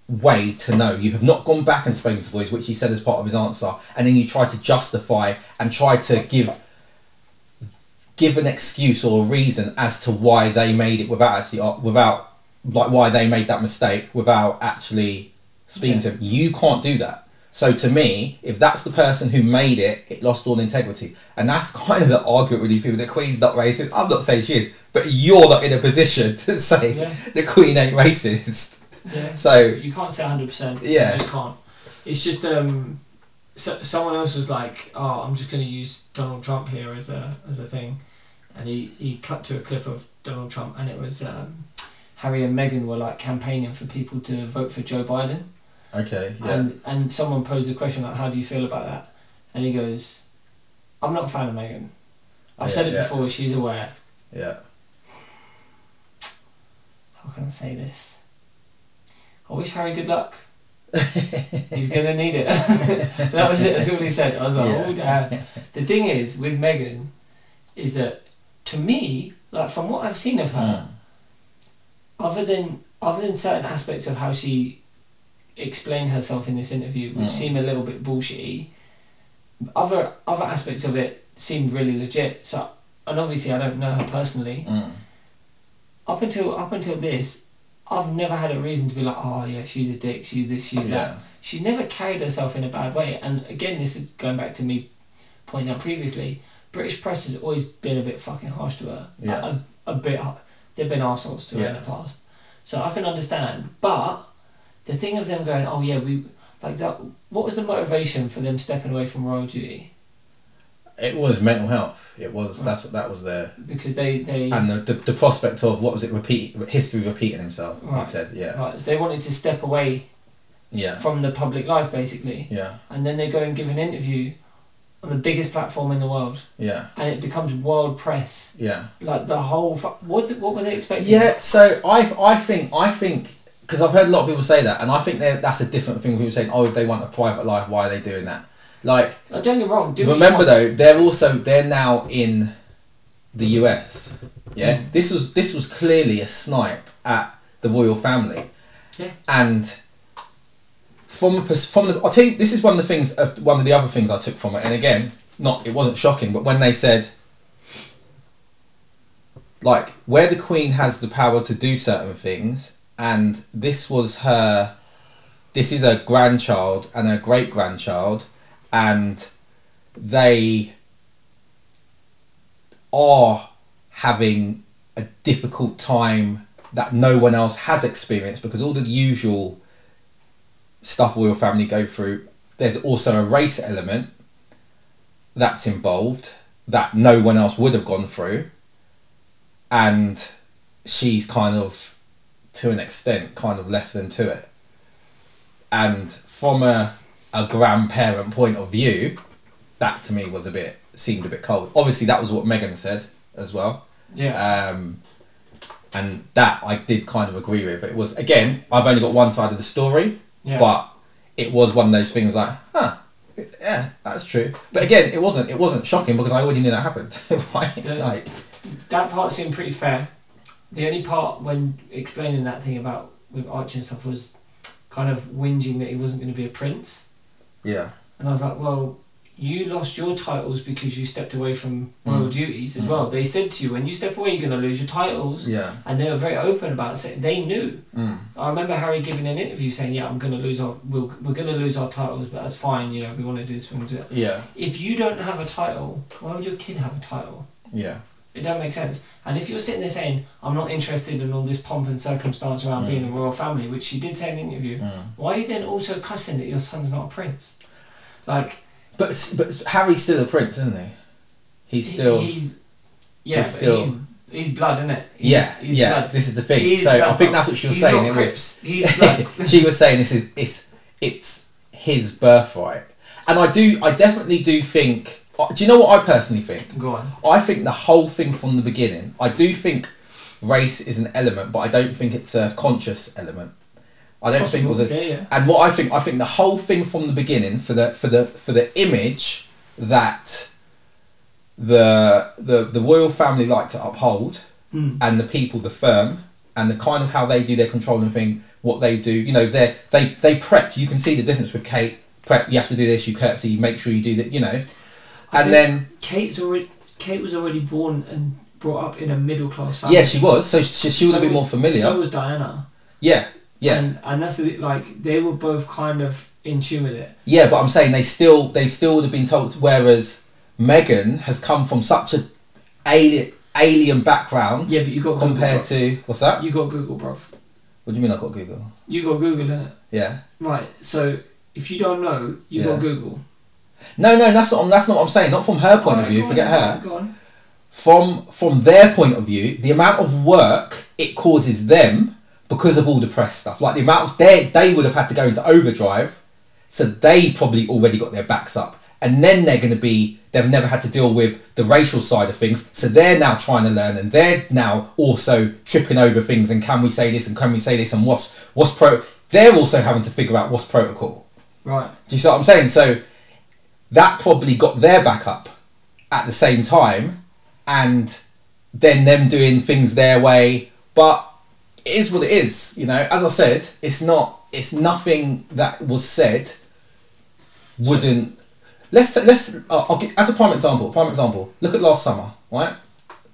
way to know. You have not gone back and spoken to boys, which he said as part of his answer, and then you try to justify and try to give give an excuse or a reason as to why they made it without actually uh, without like why they made that mistake without actually speaking to him. You can't do that. So to me, if that's the person who made it, it lost all integrity. And that's (laughs) kind of the argument with these people. The Queen's not racist. I'm not saying she is, but you're not in a position (laughs) to say Yeah. the Queen ain't racist. (laughs) Yeah. So you can't say 100%. Yeah. You just can't. It's just um so, someone else was like, "Oh, I'm just going to use Donald Trump here as a as a thing." And he he cut to a clip of Donald Trump and it was um Harry and Meghan were like campaigning for people to vote for Joe Biden. okay, And and someone posed a question like, "How do you feel about that?" And he goes, "I'm not a fan of Meghan. I've said Yeah, it yeah. before, she's aware. (laughs) yeah. How can I say this? I wish Harry good luck. He's gonna need it. (laughs) that was it. That's all he said. I was like, Yeah. oh damn. The thing is with Megan, is that to me, like from what I've seen of Hmm, her, other than other than certain aspects of how she explained herself in this interview, which Mm. seem a little bit bullshitty, other other aspects of it seemed really legit. So, and obviously, I don't know her personally Mm. up until up until this, I've never had a reason to be like, oh yeah, she's a dick, she's this, she's that. Yeah. She's never carried herself in a bad way. And again, this is going back to me pointing out previously. British press has always been a bit fucking harsh to her. A- Yeah. A, a bit. har- They've been arseholes to her in Yeah. the past, so I can understand. But the thing of them going, oh yeah, we like that. What was the motivation for them stepping away from royal duty? It was mental health. It was that's that was there. Because they they And the, the, the prospect of what was it repeat history repeating himself. He Right. said, yeah, right, they wanted to step away yeah, from the public life basically. yeah, and then they go and give an interview on the biggest platform in the world, yeah, and it becomes world press. yeah. Like the whole, fu- what did- what were they expecting? Yeah. So I I think I think because I've heard a lot of people say that, and I think that that's a different thing. People saying, oh, if they want a private life, why are they doing that? Like Like, don't get me wrong. Do what you remember want. though, they're also they're now in the US. Yeah, Mm. this was this was clearly a snipe at the royal family. Yeah. and from a pers- from the, I'll tell you this is one of the things uh, one of the other things I took from it and again not it wasn't shocking but when they said like where the queen has the power to do certain things and this was her this is her grandchild and her great grandchild and they are having a difficult time that no one else has experienced because all the usual stuff royal family go through. There's also a race element that's involved that no one else would have gone through, and she's kind of, to an extent, kind of left them to it. And from a, a grandparent point of view, that to me was a bit seemed a bit cold. Obviously, that was what Megan said as well Yeah. um, and that I did kind of agree with. It was again, I've only got one side of the story, Yeah. but it was one of those things like, huh, it- yeah, that's true. But again, it wasn't. It wasn't shocking because I already knew that happened. (laughs) right? Yeah. Like, that part seemed pretty fair. The only part when explaining that thing about with Archie and stuff was kind of whinging that he wasn't going to be a prince. yeah, And I was like, well, you lost your titles because you stepped away from royal Mm. duties as Mm. well. They said to you, when you step away, you're going to lose your titles. yeah, And they were very open about saying they knew. mm, I remember Harry giving an interview saying, "Yeah, I'm going to lose our we'll, we're going to lose our titles, but that's fine. You know, we want to do this. We want to do that." yeah, If you don't have a title, why would your kid have a title? yeah, It don't make sense. And if you're sitting there saying, "I'm not interested in all this pomp and circumstance around Mm. being a royal family," which she did say in an interview, mm. why are you then also cussing that your son's not a prince? Like But s- but s- Harry's still a prince, isn't he? He's he- still. he's yeah, he's but still- he's, he's blood, isn't it? He's, yeah, he's yeah. blood. This is the thing. He's so I blood, think bro. that's what she was He's saying. not It was. Crips. He's (laughs) blood. she was saying this is it's it's his birthright, and I do I definitely do think. uh, Do you know what I personally think? Go on. I think the whole thing from the beginning. I do think race is an element, but I don't think it's a conscious element. I don't think it was a yeah, yeah. and what I think, I think the whole thing from the beginning for the for the for the image that the the the royal family like to uphold, Mm. and the people, the firm, and the kind of how they do their controlling thing, what they do, you know, they they they prep. You can see the difference with Kate. Prep. You have to do this. You curtsy. You make sure you do that. You know, I think- and then Kate's already Kate was already born and brought up in a middle class family. yeah, she was. So she, she So would have been was- more familiar. So was Diana. yeah, yeah. And, and that's the, like they were both kind of in tune with it. Yeah, but I'm saying they still they still would have been told. Whereas Megan has come from such a alien alien background Yeah, but you got compared Google, to what's that? bruv. you got Google, bruv. What do you mean I got Google? You got Google in it, Yeah. right? So if you don't know, you Yeah. got Google. No, no, that's not I'm- that's not what I'm saying. Not from her point of Alright, view. go Forget on, her. Go on. From from their point of view, the amount of work it causes them because of all the press stuff, like the amount of they they would have had to go into overdrive, so they probably already got their backs up, and then they're going to be they've never had to deal with the racial side of things, so they're now trying to learn, and they're now also tripping over things, and can we say this, and can we say this, and what's what's pro? They're also having to figure out what's protocol. Right. Do you see what I'm saying? So that probably got their back up at the same time, and then them doing things their way. But it is what it is, you know. As I said, it's not. It's nothing that was said wouldn't. Let's let's. Uh, I'll give, as a prime example. Prime example. Look at last summer, right?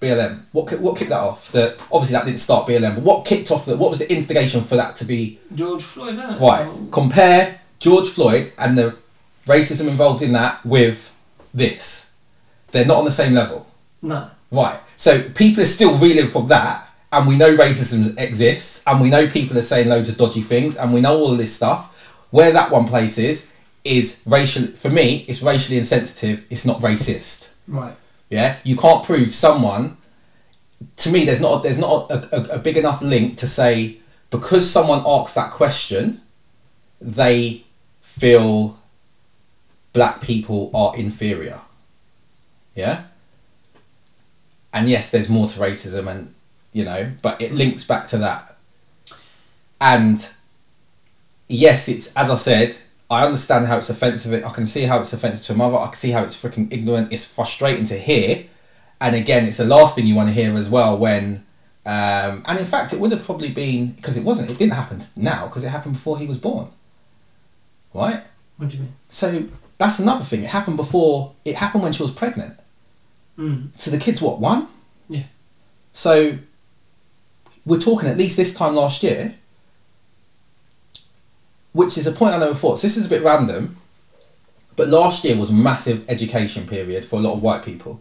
BLM. What ki- what kicked that off? That obviously that didn't start BLM, but what kicked off that? What was the instigation for that to be George Floyd, innit? Right. Um, Compare George Floyd and the racism involved in that with this. They're not on the same level. Nah. Right. So people are still reeling from that, and we know racism exists, and we know people are saying loads of dodgy things, and we know all of this stuff. Where that one place is is racial. For me, it's racially insensitive. It's not racist. Right. Yeah, you can't prove someone. To me, there's not there's not a, a, a big enough link to say because someone asks that question, they feel black people are inferior. Yeah. And yes, there's more to racism, and you know, but it links back to that. And yes, it's as I said. I understand how it's offensive. I can see how it's offensive to a mother. I can see how it's freaking ignorant. It's frustrating to hear, and again, it's the last thing you want to hear as well. When, um, and in fact, it would have probably been because it wasn't. It didn't happen now because it happened before he was born, right? What do you mean? So that's another thing. It happened before. It happened when she was pregnant. Mm. So the kid's what one? Yeah. So we're talking at least this time last year, which is a point I never thought. So this is a bit random, but last year was massive education period for a lot of white people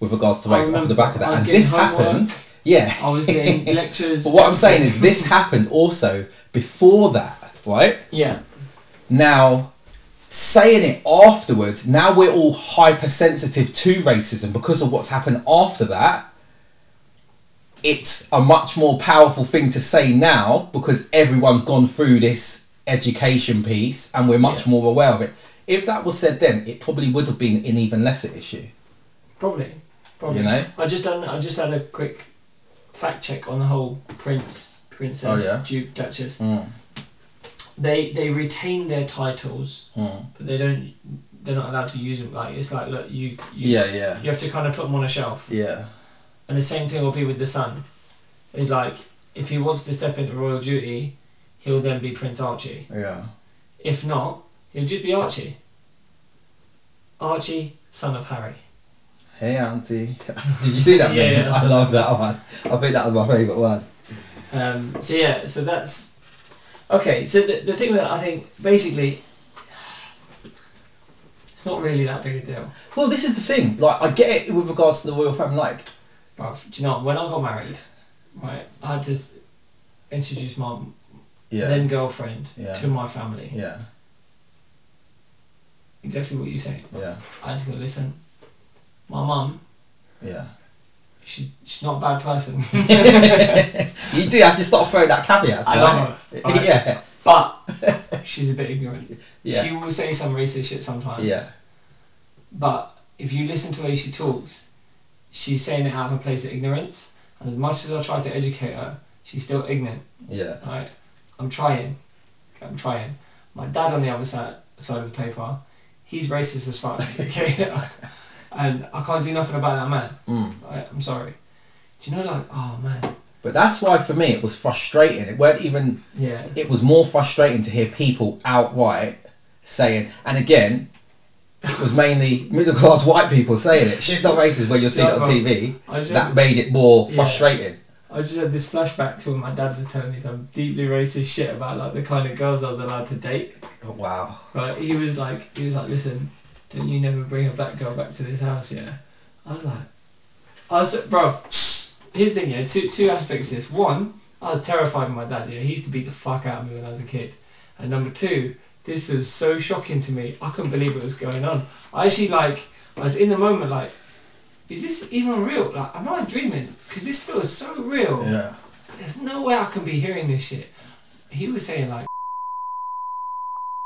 with regards to I race off remember. the back of I that, was and getting this homework. happened. Yeah. I was (laughs) getting lectures. but what I'm saying is this happened also before that, right? Yeah. Now, saying it afterwards, now we're all hypersensitive to racism because of what's happened after that. It's a much more powerful thing to say now because everyone's gone through this education piece and we're much Yeah. more aware of it. If that was said then, it probably would have been an even lesser issue. Probably, probably. You know? I just done. I just had a quick fact check on the whole prince, princess, Oh, yeah? duke, duchess. They they retain their titles, Hmm. but they don't. They're not allowed to use them. Like it's like look, you, you Yeah, yeah, you have to kind of put them on a shelf. yeah. And the same thing will be with the son. Is like if he wants to step into royal duty, he'll then be Prince Archie. Yeah. If not, he'll just be Archie. Archie, son of Harry. Hey, Auntie. (laughs) Did you see that? Yeah, meme? yeah. I love that one. I think that was my favourite one. Um, so yeah, so that's okay. So the, the thing that I think basically, (sighs) it's not really that big a deal. Well, this is the thing. Like, I get it with regards to the royal family. Like, But do you know when I got married, right? I had to s- introduce my then girlfriend Yeah. to my family. yeah, Exactly what you say. yeah, I had to go listen. My mum, yeah. she's she's not a bad (laughs) person. You do have to start throwing that caveat. I (laughs) love her, right? Yeah, but she's a bit ignorant. yeah, She will say some racist shit sometimes. yeah, But if you listen to the way she talks, she's saying it out of a place of ignorance. And as much as I try to educate her, she's still ignorant. yeah, Right? I'm trying. I'm trying. My dad on the other side, side of the paper, he's racist as (laughs) fuck. Okay. (laughs) and I can't do nothing about that man. Mm. Right? I'm sorry. Do you know like oh man? But that's why for me it was frustrating. It weren't even. Yeah. It was more frustrating to hear people outright saying, and again, it was mainly middle class white people saying it. She's not racist when you see it on Yeah, TV. I just That made it more Yeah. frustrating. I just had this flashback to when my dad was telling me some deeply racist shit about like the kind of girls I was allowed to date. Wow. Right, he was like, he was like, listen, don't you never bring a black girl back to this house, yeah? I was like, I was, bro. Here's the thing, yeah. Two two aspects to this. One, I was terrified of my dad. Yeah, he used to beat the fuck out of me when I was a kid. And number two, this was so shocking to me. I couldn't believe what was going on. I actually like, I was in the moment like, is this even real? Like, am I dreaming? Because this feels so real. Yeah. There's no way I can be hearing this shit. He was saying like (laughs)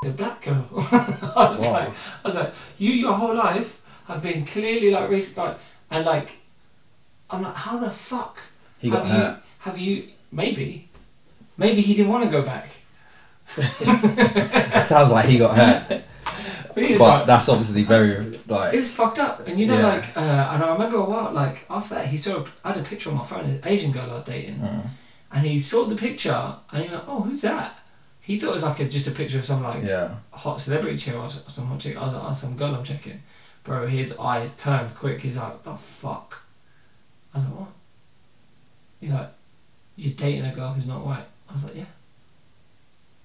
the black girl. (laughs) I was Wow. like, I was like, you your whole life have been clearly like racist guy, and like, I'm like, how the fuck He got have hurt. you have you maybe, maybe he didn't want to go back. It sounds like he got hurt. (laughs) But he was but like, that's obviously very it like was fucked up, and you know, Yeah. like, uh, and I remember a while, like after that, he saw. I had a picture on my phone, this Asian girl I was dating, and he saw the picture and he went, "Oh, who's that?" He thought it was like a, just a picture of some like yeah hot celebrity chick or s- some hot chick. I was like, "Oh, some girl I'm checking." Bro, his eyes turned quick. He's like, "The fuck?" I was like, "What?" He's like, "You're dating a girl who's not white." I was like, "Yeah."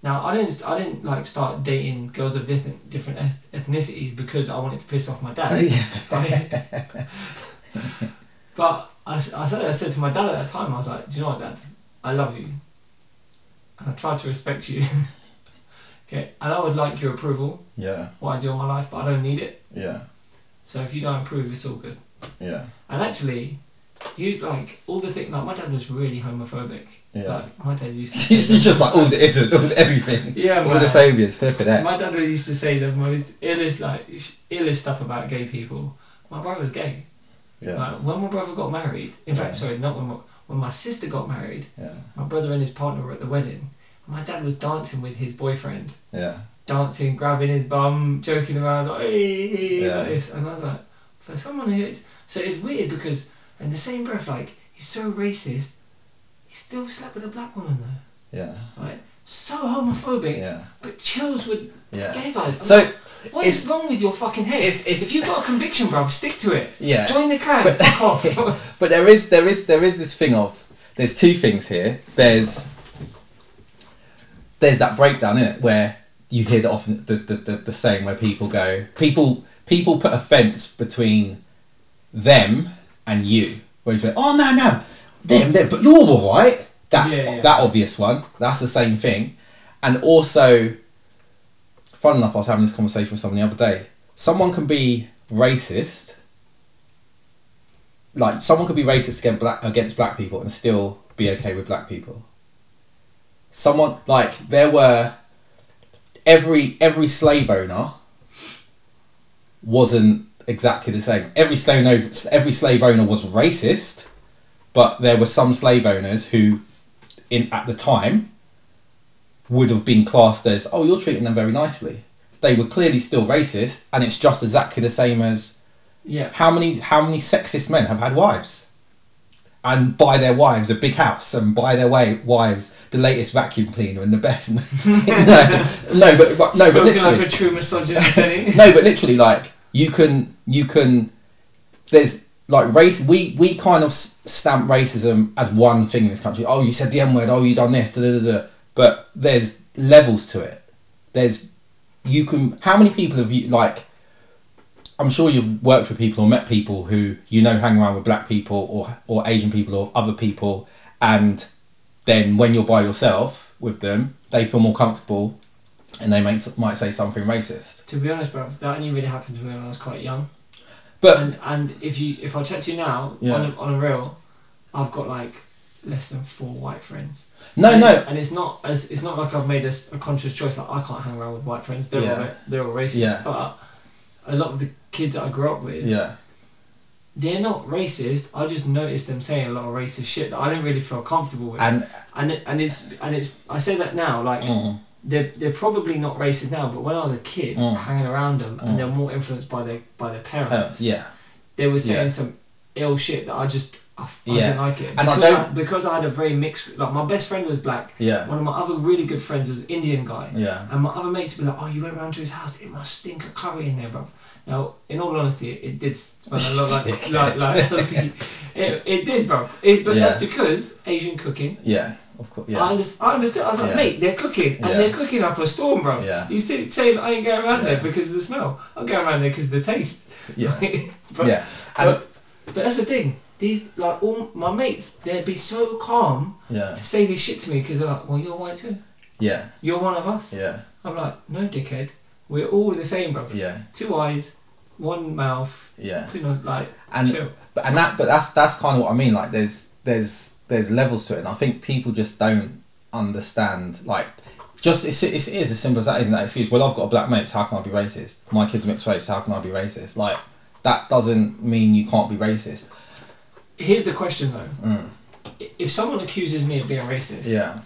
Now I didn't, I didn't like start dating girls of different different eth- ethnicities because I wanted to piss off my (laughs) dad. Right? but I, s- I said, I said to my dad at that time, I was like, Do you know what, dad? I love you. And I try to respect you. (laughs) okay, and I would like your approval, yeah what I do in my life, but I don't need it. yeah So if you don't approve, it's all good. yeah And actually, he was like, all the thing, like, my dad was really homophobic. Yeah. Like, my dad (laughs) used to. say she's just like all the isms all the everything (laughs) Yeah, all the man. phobias flipping (laughs) that My dad really used to say the most illest, like, sh- illest stuff about gay people. My brother's gay. yeah Like, when my brother got married, in Yeah. fact, sorry, not when my, when my sister got married, yeah my brother and his partner were at the wedding. My dad was dancing with his boyfriend, yeah dancing, grabbing his bum, joking around, like, "Hey," Yeah. like this. And I was like, for someone who is. So it's weird because, in the same breath, like, he's so racist, he still slept with a black woman, though. yeah Right? So homophobic, yeah but chills with yeah gay guys. I'm like, so what is it's- wrong with your fucking head? it's- it's- if you've got a conviction, bruv, stick to it. Yeah. Join the clan. fuck off. (laughs) but there is there is there is this thing of there's two things here there's there's that breakdown in it where you hear the often the, the, the, the saying where people go people people put a fence between them and you where you say oh no no them them but you're all right that Yeah, yeah. that obvious one that's the same thing and also fun enough, I was having this conversation with someone the other day. Someone can be racist, like someone could be racist against black against black people and still be okay with black people. Someone like there were every every slave owner wasn't exactly the same. Every slave owner, every slave owner was racist, but there were some slave owners who, in at the time, would have been classed as oh you're treating them very nicely. They were clearly still racist, and it's just exactly the same as Yeah. how many how many sexist men have had wives, and buy their wives a big house, and buy their way wives the latest vacuum cleaner and the best. (laughs) no, no, but, but no, but Spoken literally, like a true (laughs) misogynist, Benny. no, but literally, like you can, you can. There's like race. We we kind of s- stamp racism as one thing in this country. Oh, you said the N word. Oh, you done this. Da, da, da, da. But there's levels to it. There's you can. How many people have you like? I'm sure you've worked with people or met people who you know hang around with black people or or Asian people or other people, and then when you're by yourself with them, they feel more comfortable, and they might might say something racist. To be honest, bruv, that only really happened to me when I was quite young. But And and if you if I chat to you now Uh, Yeah. on a, on a reel, I've got like less than four white friends. No, and no. it's, and it's not as it's not like I've made a, s- a conscious choice. Like I can't hang around with white friends. They're Yeah. all, ra- they're all racist. Yeah. But a lot of the kids that I grew up with, Yeah, they're not racist. I just noticed them saying a lot of racist shit that I didn't really feel comfortable with. and and it, and it's and it's I say that now like mm, they're, they're probably not racist now, but when I was a kid, Mm. hanging around them, Mm. and they're more influenced by their by their parents. parents, yeah, they were saying Yeah. some ill shit that I just I, f- I Yeah. didn't like it. And I because don't- because I had a very mixed like my best friend was black. yeah, One of my other really good friends was Indian guy, yeah, and my other mates would be like, "Oh, you went round to his house. It must stink of curry in there, bruv." Now, in all honesty, it, it did smell a (laughs) lot like like, like (laughs) it, it did, bruv. It, but that's because Asian cooking. yeah. Of course, I, yeah, under- I understood. I was like, Yeah. mate, they're cooking and Yeah. they're cooking up a storm, bro. Yeah. You see, saying I ain't going around there Yeah. because of the smell. I'm going around there because of the taste. (laughs) yeah, but, yeah. And but, but that's the thing. These like all my mates, they'd be so calm yeah, to say this shit to me because they're like, well, you're white too. yeah, You're one of us. yeah, I'm like, no, dickhead. We're all the same, bro. yeah, Two eyes, one mouth. yeah. Two nose, like And chill. but and that but that's that's kind of what I mean. Like there's there's there's levels to it, and I think people just don't understand. Like just it's it's, it is as simple as that, isn't that excuse? Well, I've got a black mate, so how can I be racist? My kid's mixed race, so how can I be racist? Like that doesn't mean you can't be racist. Here's the question though. Mm. I- If someone accuses me of being racist, Yeah,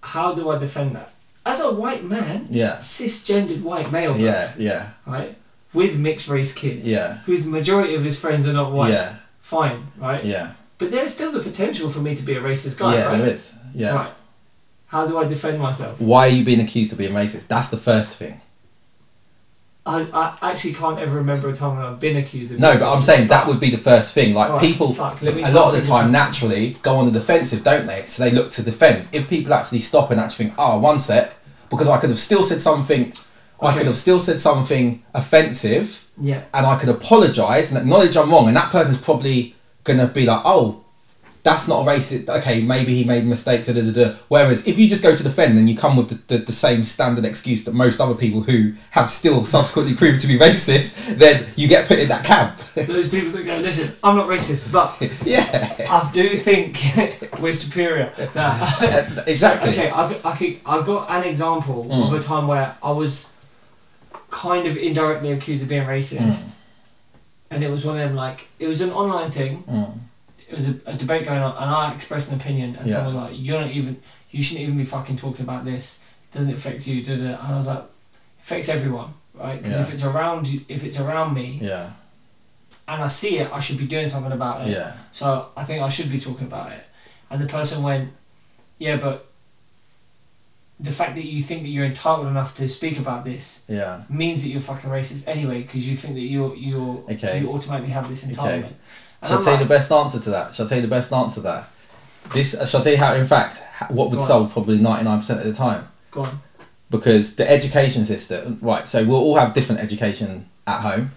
how do I defend that? As a white man, yeah, cisgendered white male, bruv, yeah, yeah, right, with mixed race kids, yeah, whose majority of his friends are not white, yeah, fine, right? yeah. But there's still the potential for me to be a racist guy, Yeah, right? there is. Yeah. Right. How do I defend myself? Why are you being accused of being racist? That's the first thing. I, I actually can't ever remember a time when I've been accused of. No, being but I'm racist. saying that would be the first thing. Like Alright, people, fuck, let me a start lot of the thinking time, naturally go on the defensive, don't they? So they look to defend. If people actually stop and actually think, oh, one sec, because I could have still said something, I Okay. could have still said something offensive, Yeah. and I could apologise and acknowledge I'm wrong, and that person's probably gonna be like, oh, that's not a racist. Okay, maybe he made a mistake. Da, da, da, da. Whereas if you just go to defend, then you come with the, the, the same standard excuse that most other people who have still subsequently proved to be racist, then you get put in that camp. (laughs) Those people that go, listen, I'm not racist, but (laughs) yeah, I do think we're superior. (laughs) Nah. exactly. Okay, I, could- I could, I've got an example of Mm. a time where I was kind of indirectly accused of being racist. Mm. And it was one of them, like, it was an online thing. Mm. It was a, a debate going on, and I expressed an opinion, and Yeah. someone was like, You're not even, you shouldn't even be fucking talking about this. It doesn't affect you. Da, da. And I was like, It affects everyone, right? Because Yeah. if it's around you, if it's around me Yeah, and I see it, I should be doing something about it. yeah, So I think I should be talking about it. And the person went, Yeah, but the fact that you think that you're entitled enough to speak about this yeah, means that you're fucking racist anyway, because you think that you're you're Okay. you automatically have this entitlement. Okay. And Shall I'm I tell you like, the best answer to that? Shall I tell you the best answer to that? This, uh, shall I tell you how, in fact, h- what would Go on. solve probably 99% of the time? Go on. because the education system, right? So we'll all have different education at home,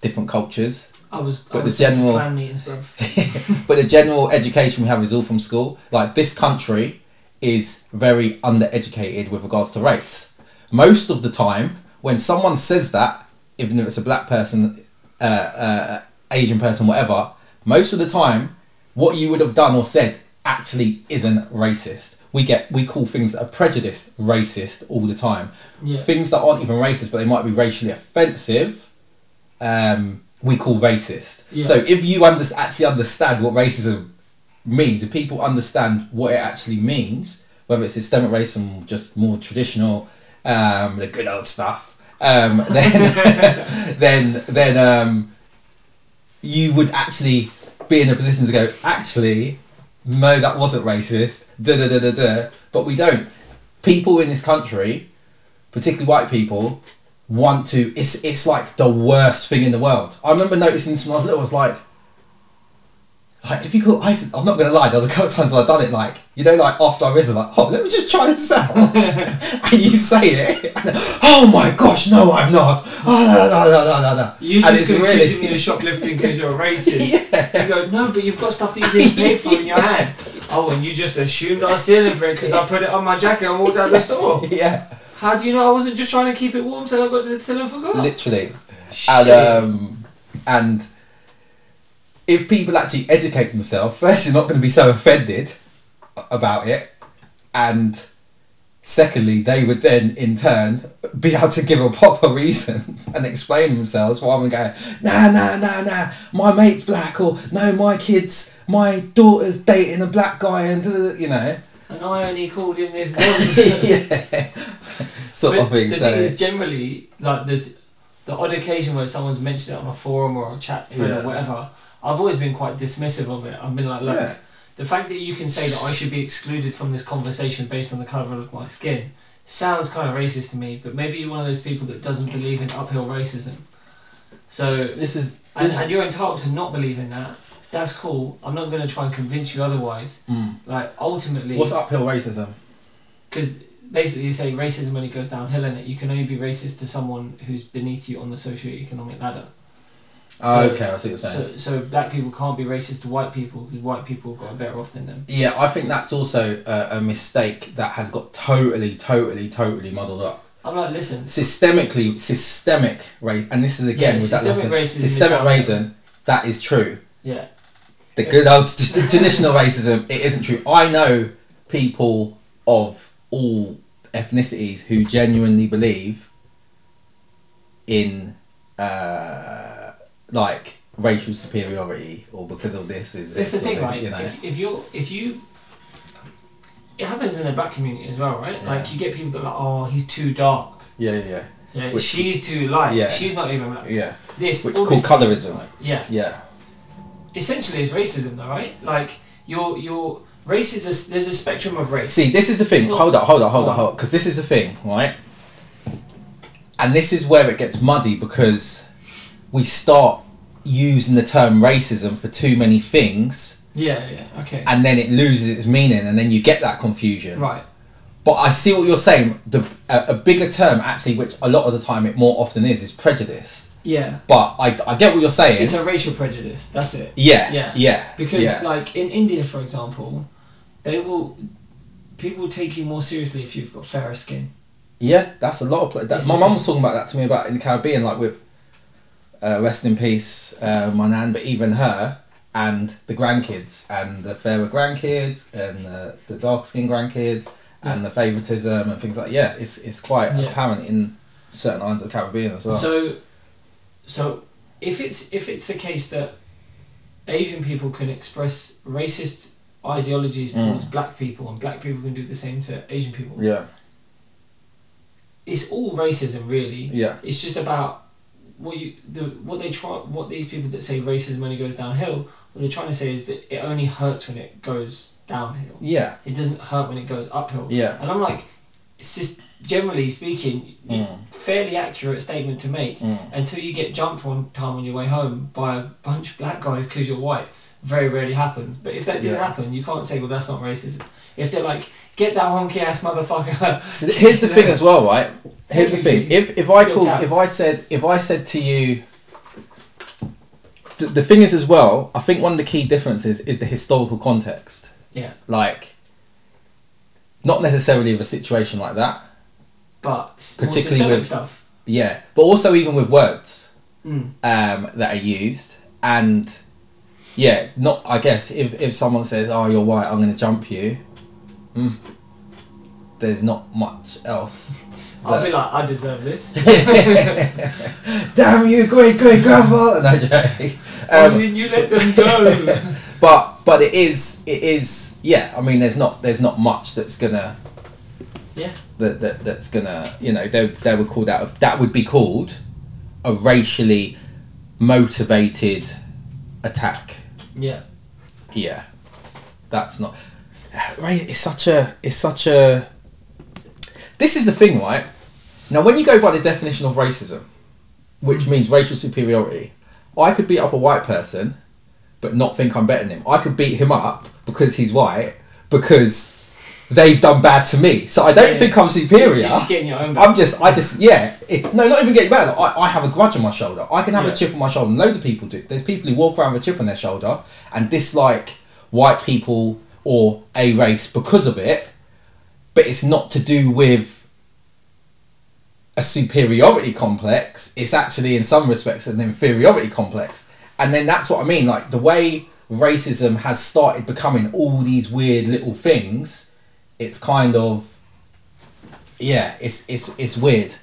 different cultures, I was But I the was sent to general- (laughs) clan meetings, bruv. but the general education we have is all from school. Like this country is very undereducated with regards to race. Most of the time, when someone says that, even if it's a black person, uh, uh, Asian person, whatever, most of the time, what you would have done or said actually isn't racist. We get we call things that are prejudiced racist all the time. Yeah. Things that aren't even racist, but they might be racially offensive. Um, we call racist. Yeah. So if you under- actually understand what racism means, if people understand what it actually means, whether it's systemic racism, just more traditional, um, the good old stuff, um, (laughs) then then then um, you would actually be in a position to go, actually, no, that wasn't racist. Da da da da da. But we don't. People in this country, particularly white people, want to. It's it's like the worst thing in the world. I remember noticing this when I was little. I was like, like if you call, I, I'm not gonna lie. There was a couple of times I've done it. Like you know, like after I risen, like oh, let me just try (laughs) this out. (laughs) and you say it, and, oh my gosh, no, I'm not. Oh, no, no, no, no, no, no. You're And just it's going to accuse (laughs) me of shoplifting because you're a racist. You go, no, but you've got stuff that you didn't pay for (laughs) in your hand. Oh, and you just assumed I was stealing for it because I put it on my jacket and walked out the store. (laughs) yeah. How do you know I wasn't just trying to keep it warm till I got to the till and forgot? literally. Shit. And um, and if people actually educate themselves, (laughs) first, they're not going to be so offended about it, and secondly, they would then in turn be able to give a proper reason (laughs) and explain themselves rather than going, nah, nah, nah, nah, my mate's black, or no, my kids, my daughter's dating a black guy, and uh, you know, and I only called him this once. (laughs) yeah, (laughs) sort But of thing. The So. thing is, generally, like the the odd occasion where someone's mentioned it on a forum or a chat thread Yeah. or whatever, I've always been quite dismissive of it. I've been like, look, Yeah. the fact that you can say that I should be excluded from this conversation based on the colour of my skin sounds kind of racist to me. But maybe you're one of those people that doesn't believe in uphill racism. So this is and, and you're entitled to not believe in that. That's cool. I'm not going to try and convince you otherwise. Mm. Like ultimately, what's uphill racism. because basically you say racism only goes downhill in it you can only be racist to someone who's beneath you on the socio-economic ladder Oh, So- okay, I see what you're saying. so, so black people can't be racist to white people because white people got better off than them yeah, I think that's also a, a mistake that has got totally, totally, totally muddled up. i'm like listen Systemically, systemic race, and this is again Yeah, with that systemic last- racism is Systemic down. racism, that is true. yeah The Yeah. good old t- traditional racism, it isn't true. I know people of all ethnicities who genuinely believe in uh, like racial superiority, or because of this is it's this. the or thing that, right you know. if, if you're if you it happens in the black community as well right Yeah. like you get people that are like oh he's too dark yeah, yeah, yeah, Which- she's too light Yeah. she's not even black yeah, this Which all called this stuff is colourism. like- yeah yeah. essentially it's racism though right like your your race is a, there's a spectrum of race See, this is the It's thing. not- Oh. Hold up, hold up, hold up, Go on. hold up. Because this is the thing, right? And this is where it gets muddy because we start using the term racism for too many things Yeah, yeah, okay. and then it loses its meaning and then you get that confusion. right. But I see what you're saying. The, a, a bigger term, actually, which a lot of the time it more often is, is prejudice. Yeah. But I, I get what you're saying. It's a racial prejudice, that's it. yeah, Yeah. yeah, yeah. Because like in India for example, they will people will take you more seriously if you've got fairer skin. Yeah, that's a lot of play. That, It's my a- mum was talking about that to me about in the Caribbean, like with uh, rest in peace, uh, my nan, but even her and the grandkids and the fairer grandkids and the, the dark skinned grandkids and the favoritism and things like yeah, it's it's quite Yeah. apparent in certain islands of the Caribbean as well. So so if it's if it's the case that Asian people can express racist ideologies Mm. towards black people and black people can do the same to Asian people. yeah, It's all racism really. yeah, It's just about what you the what they try what these people that say racism only goes downhill. What they're trying to say is that it only hurts when it goes downhill. yeah, It doesn't hurt when it goes uphill. yeah. And I'm like, it's just generally speaking, Mm. fairly accurate statement to make Mm. until you get jumped one time on your way home by a bunch of black guys because you're white. Very rarely happens. But if that did Yeah. happen, you can't say, well, that's not racist. If they're like, get that honky ass (laughs) motherfucker. So th- here's the thing as well, right? Here's the (laughs) thing. If if I Still called, counts. if I said, if I said to you, th- the thing is as well. I think one of the key differences is the historical context. Yeah. Like, Not necessarily of a situation like that. but s- more Particularly systemic with- stuff. Yeah. But also even with words Mm. um, that are used and yeah, not I guess if, if someone says, Oh you're white, I'm gonna jump you mm, there's not much else. I'll that- be like, I deserve (laughs) this. Damn you, great great grandfather (laughs) no joke. Why Um, did you let them (laughs) go? but but it is it is yeah, I mean there's not there's not much that's gonna yeah. that, that that's gonna you know they they would call that that would be called a racially motivated attack. Yeah. Yeah, that's not. Right, it's such a it's such a. This is the thing, right? Now, when you go by the definition of racism, Mm. which means racial superiority, I could beat up a white person, but not think I'm better than him. I could beat him up because he's white because they've done bad to me, so I don't Yeah. think I'm superior. You're just getting your own back. I'm just, I just, yeah. It, no, not even getting better. I, I have a grudge on my shoulder. I can have Yeah. a chip on my shoulder. and Loads of people do. There's people who walk around with a chip on their shoulder and dislike white people or a race because of it, but it's not to do with a superiority complex. It's actually, in some respects, an inferiority complex. And then that's what I mean. Like the way racism has started becoming all these weird little things, it's kind of yeah, it's it's it's weird.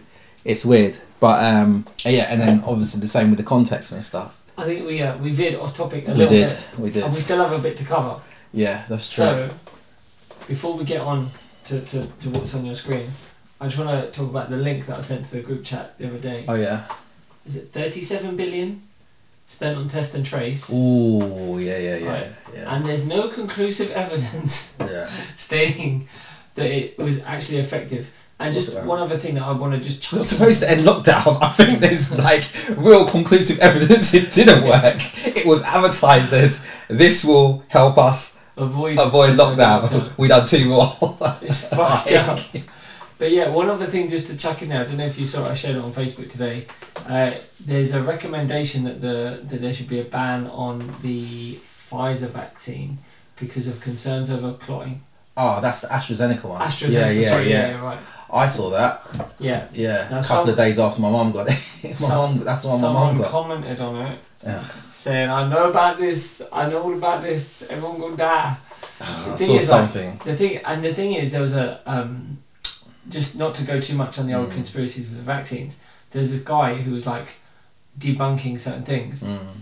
It's weird. But um yeah, and then obviously the same with the context and stuff. I think we uh, we veered off topic a We little did. bit, We did. and we still have a bit to cover. Yeah, that's true. So, before we get on to, to, to what's on your screen, I just want to talk about the link that I sent to the group chat the other day. oh yeah. Is it 37 billion spent on test and trace? Ooh, yeah, yeah, yeah. Right. Yeah. And there's no conclusive (laughs) evidence yeah. (laughs) stating that it was actually effective. And just What's it one other thing that I want to just We're chuck supposed to end lockdown. I think there's like real conclusive evidence it didn't work. It was advertised as this will help us avoid avoid lockdown. We done two more. (laughs) It's fucked up. But yeah, one other thing just to chuck in there. I don't know if you saw. it, I shared it on Facebook today. Uh, there's a recommendation that the that there should be a ban on the Pfizer vaccine because of concerns over clotting. Oh, that's the AstraZeneca one. AstraZeneca. Yeah, yeah, sorry, yeah. yeah, right. I saw that. Yeah. Yeah, Now a couple some- of days after my mum got it. (laughs) my Some- mum, that's what my mum Someone got. commented on it, Yeah. saying, "I know about this. I know all about this. Everyone gonna die." Ah, The I thing saw is, like, something. The thing, and the thing is, there was a um, just not to go too much on the old Mm. conspiracies of the vaccines. There's this guy who was like debunking certain things. Mm.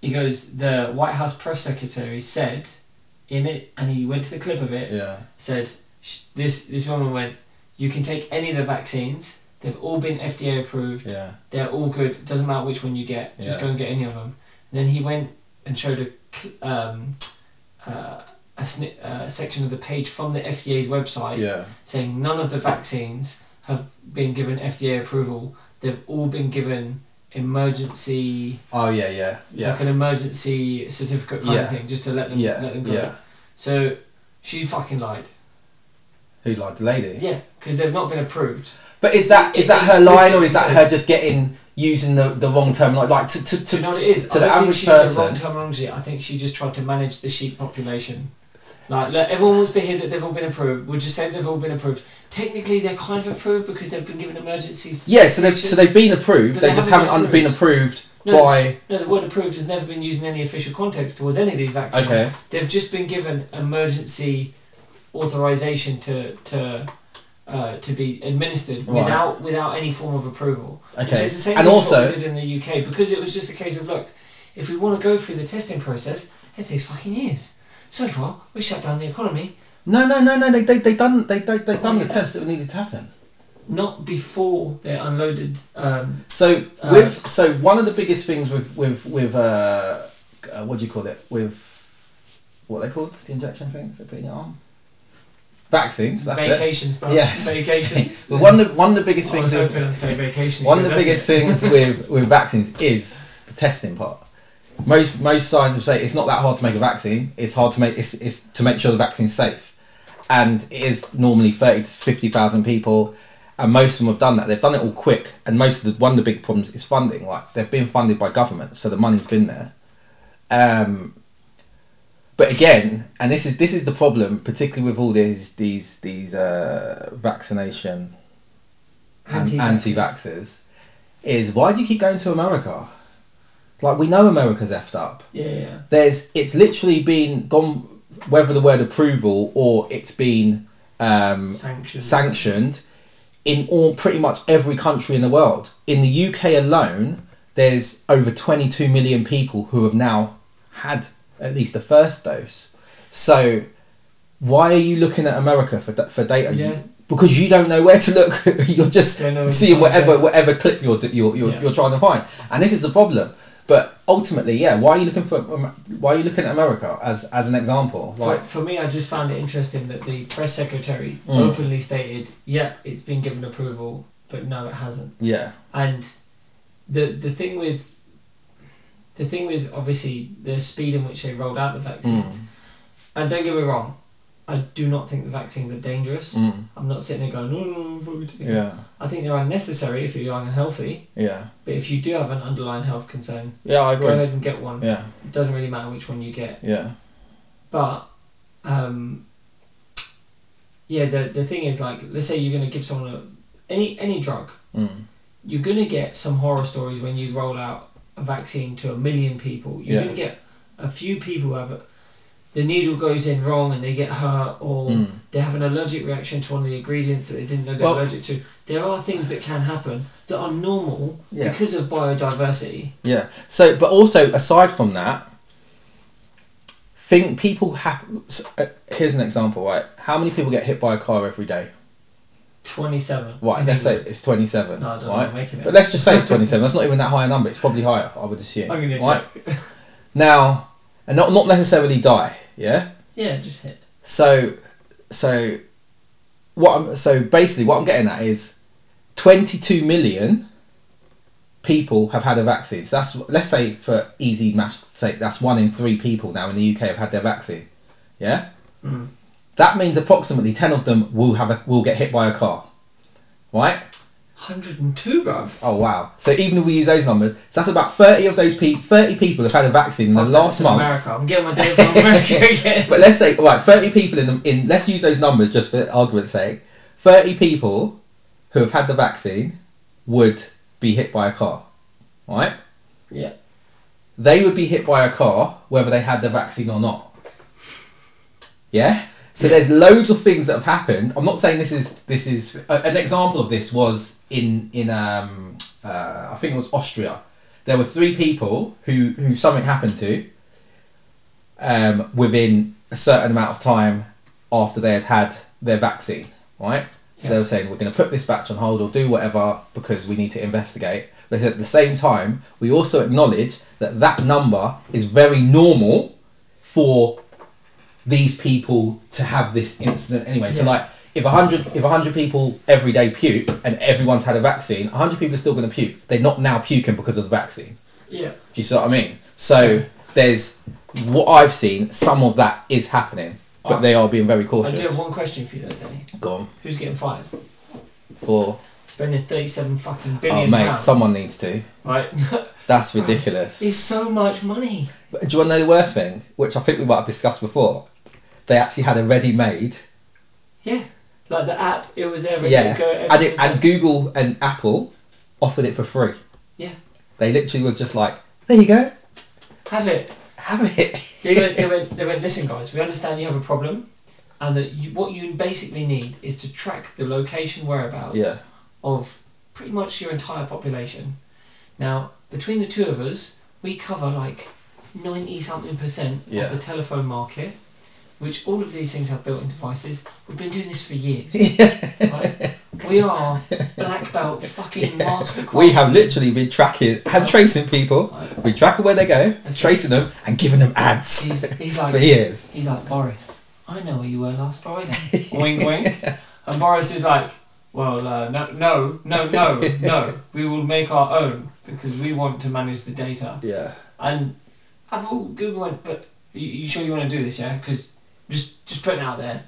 He goes, the White House press secretary said in it, and he went to the clip of it. Yeah. Said sh- this this woman went, you can take any of the vaccines. They've all been FDA approved. Yeah. They're all good. Doesn't matter which one you get. Just Yeah. go and get any of them. then he went and showed a cl- um, uh, a sni- uh, section of the page from the FDA's website Yeah. saying none of the vaccines have been given FDA approval. They've all been given emergency, Oh yeah, yeah, yeah, like an emergency certificate kind Yeah. of thing, just to let them let yeah, them go. yeah. So she fucking lied. Who like the lady? Yeah, because they've not been approved. But is that is It that her line or explicitly is that her says- just getting using the, the wrong term like like to to, Do to you know what it is? to I the don't think average she used the wrong person? terminology. I think she just tried to manage the sheep population. Like, like, everyone wants to hear that they've all been approved. We'll just say they've all been approved. Technically, they're kind of approved because they've been given emergencies. Yeah, so they've so they've been approved. But They they just haven't haven't un- been approved No. by No, the word approved has never been used in any official context towards any of these vaccines. Okay. They've just been given emergency authorization to to uh, to be administered Right. without without any form of approval. Which okay, is the same and thing as what also we did in the UK because it was just a case of look, if we want to go through the testing process, it takes fucking years. So far, we shut down the economy no no no no they they they done they they they done the Yeah. tests that needed to happen. not before they unloaded. Um, So Uh, with so one of the biggest things with with with uh, uh what do you call it with what are they called the injection things they put in your arm vaccines that's it. vacations, bro. Yes. (laughs) Vacations. But one of the, one of the biggest I things was hoping with, I'd say vacation. one of the That's biggest it. things with with vaccines is the testing part. Most most scientists say it's not that hard to make a vaccine. It's hard to make it's, it's to make sure the vaccine's safe, and it is normally thirty to fifty thousand people, and most of them have done that. They've done it all quick, and most of the one of the big problems is funding. Like they've been funded by government, so the money's been there. Um, But again, and this is this is the problem, particularly with all these these these uh, vaccination and Anti-vaxxers. anti-vaxxers, is why do you keep going to America? Like we know America's effed up. Yeah, yeah. There's it's literally been gone whether the word approval or it's been um, Sanctions. sanctioned in all pretty much every country in the world. In the UK alone, there's over 22 million people who have now had at least the first dose. So why are you looking at America for da- for data? You- Yeah. because you don't know where to look. (laughs) you're just Don't know where to seeing find whatever it. whatever clip you're you're you're, Yeah. you're trying to find, and this is the problem. But ultimately, yeah, why are you looking for um, why are you looking at America as as an example? Like, For, for me, I just found it interesting that the press secretary Mm. openly stated, "Yep, it's been given approval, but no, it hasn't." yeah, And the the thing with the thing with obviously the speed in which they rolled out the Mm. vaccines, and don't get me wrong, I do not think the vaccines are dangerous. Mm. I'm not sitting there going, "No, no, no, fuck it." yeah, I think they're unnecessary if you're young and healthy. yeah. But if you do have an underlying health concern, Yeah, I go agree. ahead and get one. Yeah, It doesn't really matter which one you get. yeah, But um, yeah, the the thing is like, let's say you're gonna give someone a, any any drug, mm. you're gonna get some horror stories when you roll out a vaccine to a million people. You're Yeah. gonna get a few people who have a, the needle goes in wrong and they get hurt, or Mm. they have an allergic reaction to one of the ingredients that they didn't know they're Well- allergic to. There are things that can happen that are normal Yeah. because of biodiversity. yeah. So, but also aside from that, think people have. s- uh, Here's an example, right? How many people get hit by a car every day? Twenty-seven. Right. in Let's say England. it's twenty-seven. No, I don't know, right. I'm making it. But let's just say (laughs) it's twenty-seven. That's not even that high a number. It's probably higher. I would assume. I'm gonna right? check. now, and not not necessarily die. Yeah. Yeah, just hit. So, so what? I'm, so basically, what I'm getting at is twenty-two million people have had a vaccine. So that's let's say for easy maths sake, that's one in three people now in the UK have had their vaccine. Yeah, Mm. that means approximately ten of them will have a, will get hit by a car. Right? 102, bruv. Oh wow! So even if we use those numbers, so that's about thirty of those people. Thirty people have had a vaccine in the Fuck last that, month. America. I'm getting my data from (laughs) America again. But let's say right, thirty people in the, in let's use those numbers just for argument's sake. Thirty people who have had the vaccine would be hit by a car, right? Yeah. They would be hit by a car whether they had the vaccine or not. Yeah. So Yeah. there's loads of things that have happened. I'm not saying this is this is a- an example of this was in in um uh, I think it was Austria. There were three people who who something happened to um, within a certain amount of time after they had had their vaccine, right? So they Yeah. were saying we're going to put this batch on hold or do whatever because we need to investigate. But at the same time, we also acknowledge that that number is very normal for these people to have this incident anyway. So Yeah. like. If 100, if 100 people every day puke and everyone's had a vaccine, 100 people are still going to puke. They're not now puking because of the vaccine. Yeah. Do you see what I mean? So there's what I've seen. Some of that is happening, but they are being very I Ah. do have cautious. one question for you though, Danny. Gone Who's getting fired? for Spending 37 fucking billion oh mate, pounds. someone needs to. Right? (laughs) That's ridiculous. it's so much money. But Do you want to know the worst thing, which I think we might have discussed before? They actually had a ready-made, Yeah. Like the app, it was everything. yeah, Go, and, everything it, and Google and Apple offered it for free. Yeah. They literally was just like, there you go, Have it. have it. (laughs) They went, they, went, they went, listen, guys, we understand you have a problem. And that you, what you basically need is to track the location whereabouts Yeah. of pretty much your entire population. Now, between the two of us, we cover like 90 something percent Yeah. of the telephone market, which all of these things have built in devices. We've been doing this for years. (laughs) right? We are black belt fucking master (laughs) We have literally been tracking and tracing people. (laughs) We tracking where they go, That's tracing them, and giving them ads He's, he's for like, years. he's like, Boris, I know where you were last Friday. wink, wink. And Boris is like, well, uh, no, no, no, no, no. We will make our own because we want to manage the data. Yeah. And Apple, Google went, but you, you sure you want to do this, yeah? Because just just putting it out there,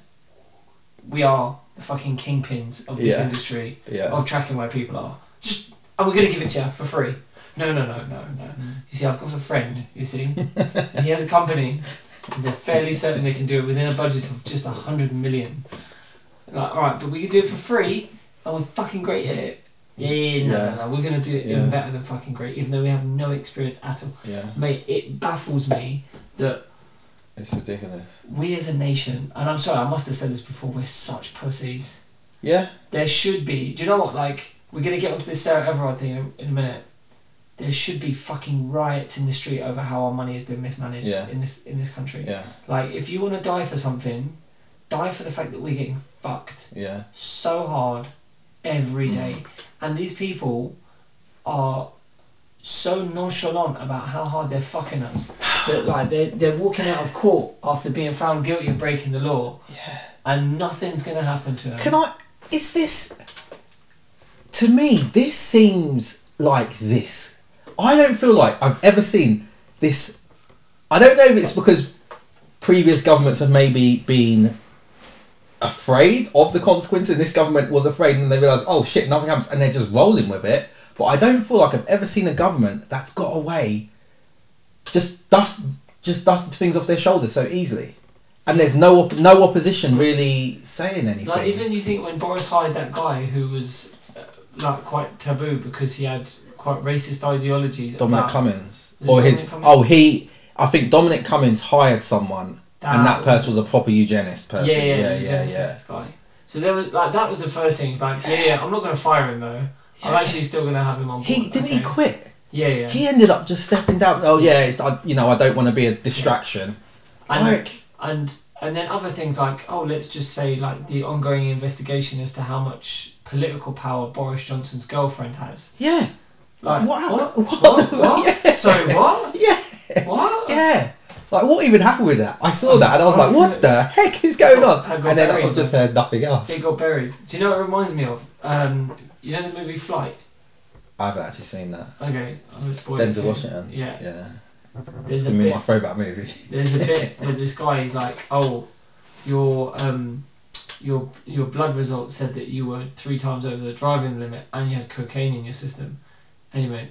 we are the fucking kingpins of this Yeah. industry Yeah. of tracking where people are. Just and we're gonna give it to you for free. Mm. No, no, no, no, no. You see, I've got a friend. You see, and he has a company And they're fairly certain they can do it within a budget of just a hundred million. Like, all right, but we can do it for free, and we're fucking great at it. Yeah, yeah, yeah, no, Yeah. no, no, we're gonna do it Yeah. even better than fucking great, even though we have no experience at all. Yeah, Mate, it baffles me that it's ridiculous. we as a nation, and I'm sorry, I must have said this before, we're such pussies Yeah, there should be. Do you know what? Like, we're gonna get onto this Sarah Everard thing in, in a minute. There should be fucking riots in the street over how our money has been mismanaged Yeah. in this in this country. yeah, Like, if you want to die for something, die for the fact that we're getting fucked yeah, so hard every Mm. day, and these people are so nonchalant about how hard they're fucking (sighs) us that like they're, they're walking out of court after being found guilty of breaking the law yeah. and nothing's gonna happen to them Can I? Is this? To me, this seems like this. I don't feel like I've ever seen this. I don't know if it's because previous governments have maybe been afraid of the consequences. This government was afraid, and they realised, oh shit, nothing happens, and they're just rolling with it. But I don't feel like I've ever seen a government that's got away just dust just dusted things off their shoulders so easily. And there's no op- no opposition really saying anything. Like even you think when Boris hired that guy who was uh, like quite taboo because he had quite racist ideologies. Dominic about- Cummings Is it or his Dominic Cummings? oh he I think Dominic Cummings hired someone and that person was a proper eugenist person. Yeah, yeah, yeah, yeah, yeah, guy. So there was like that was the first thing. It's like yeah, yeah, I'm not gonna fire him though. I'm actually still gonna have him on board. He didn't he okay? quit. Yeah, yeah. He ended up just stepping down. Oh yeah, it's, I, you know I don't want to be a distraction. and, Like- and and then other things like oh, let's just say like the ongoing investigation as to how much political power Boris Johnson's girlfriend has. Yeah. Like Wow. what? What? What? what? (laughs) Yeah. Sorry, what? Yeah. What? Yeah. Like what even happened with that? I saw that and I was like, what the heck is going on? I got And then I buried. just heard nothing They else. got buried. Do you know what it reminds me of? Um, you know the movie Flight? I haven't actually seen that. Okay, I'm gonna spoil it. for Denzel you. Washington. Yeah. Yeah. There's I a mean, my bit throwback movie. (laughs) there's a bit where this guy is like, Oh, your um your your blood results said that you were three times over the driving limit and you had cocaine in your system. Anyway.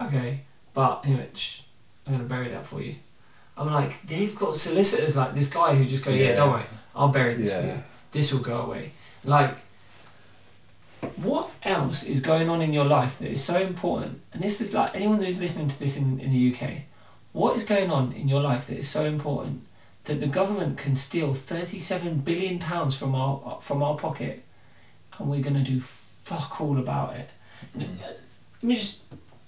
Okay. But anyway, shh, I'm gonna bury that for you. I'm like, they've got solicitors like this guy who just go, Yeah, Yeah. don't worry, I'll bury this for Yeah. you. This will go away. Like what else is going on in your life that is so important? And this is like anyone who's listening to this in, in the UK, what is going on in your life that is so important that the government can steal 37 billion pounds from our from our pocket and we're going to do fuck all about it? Let me just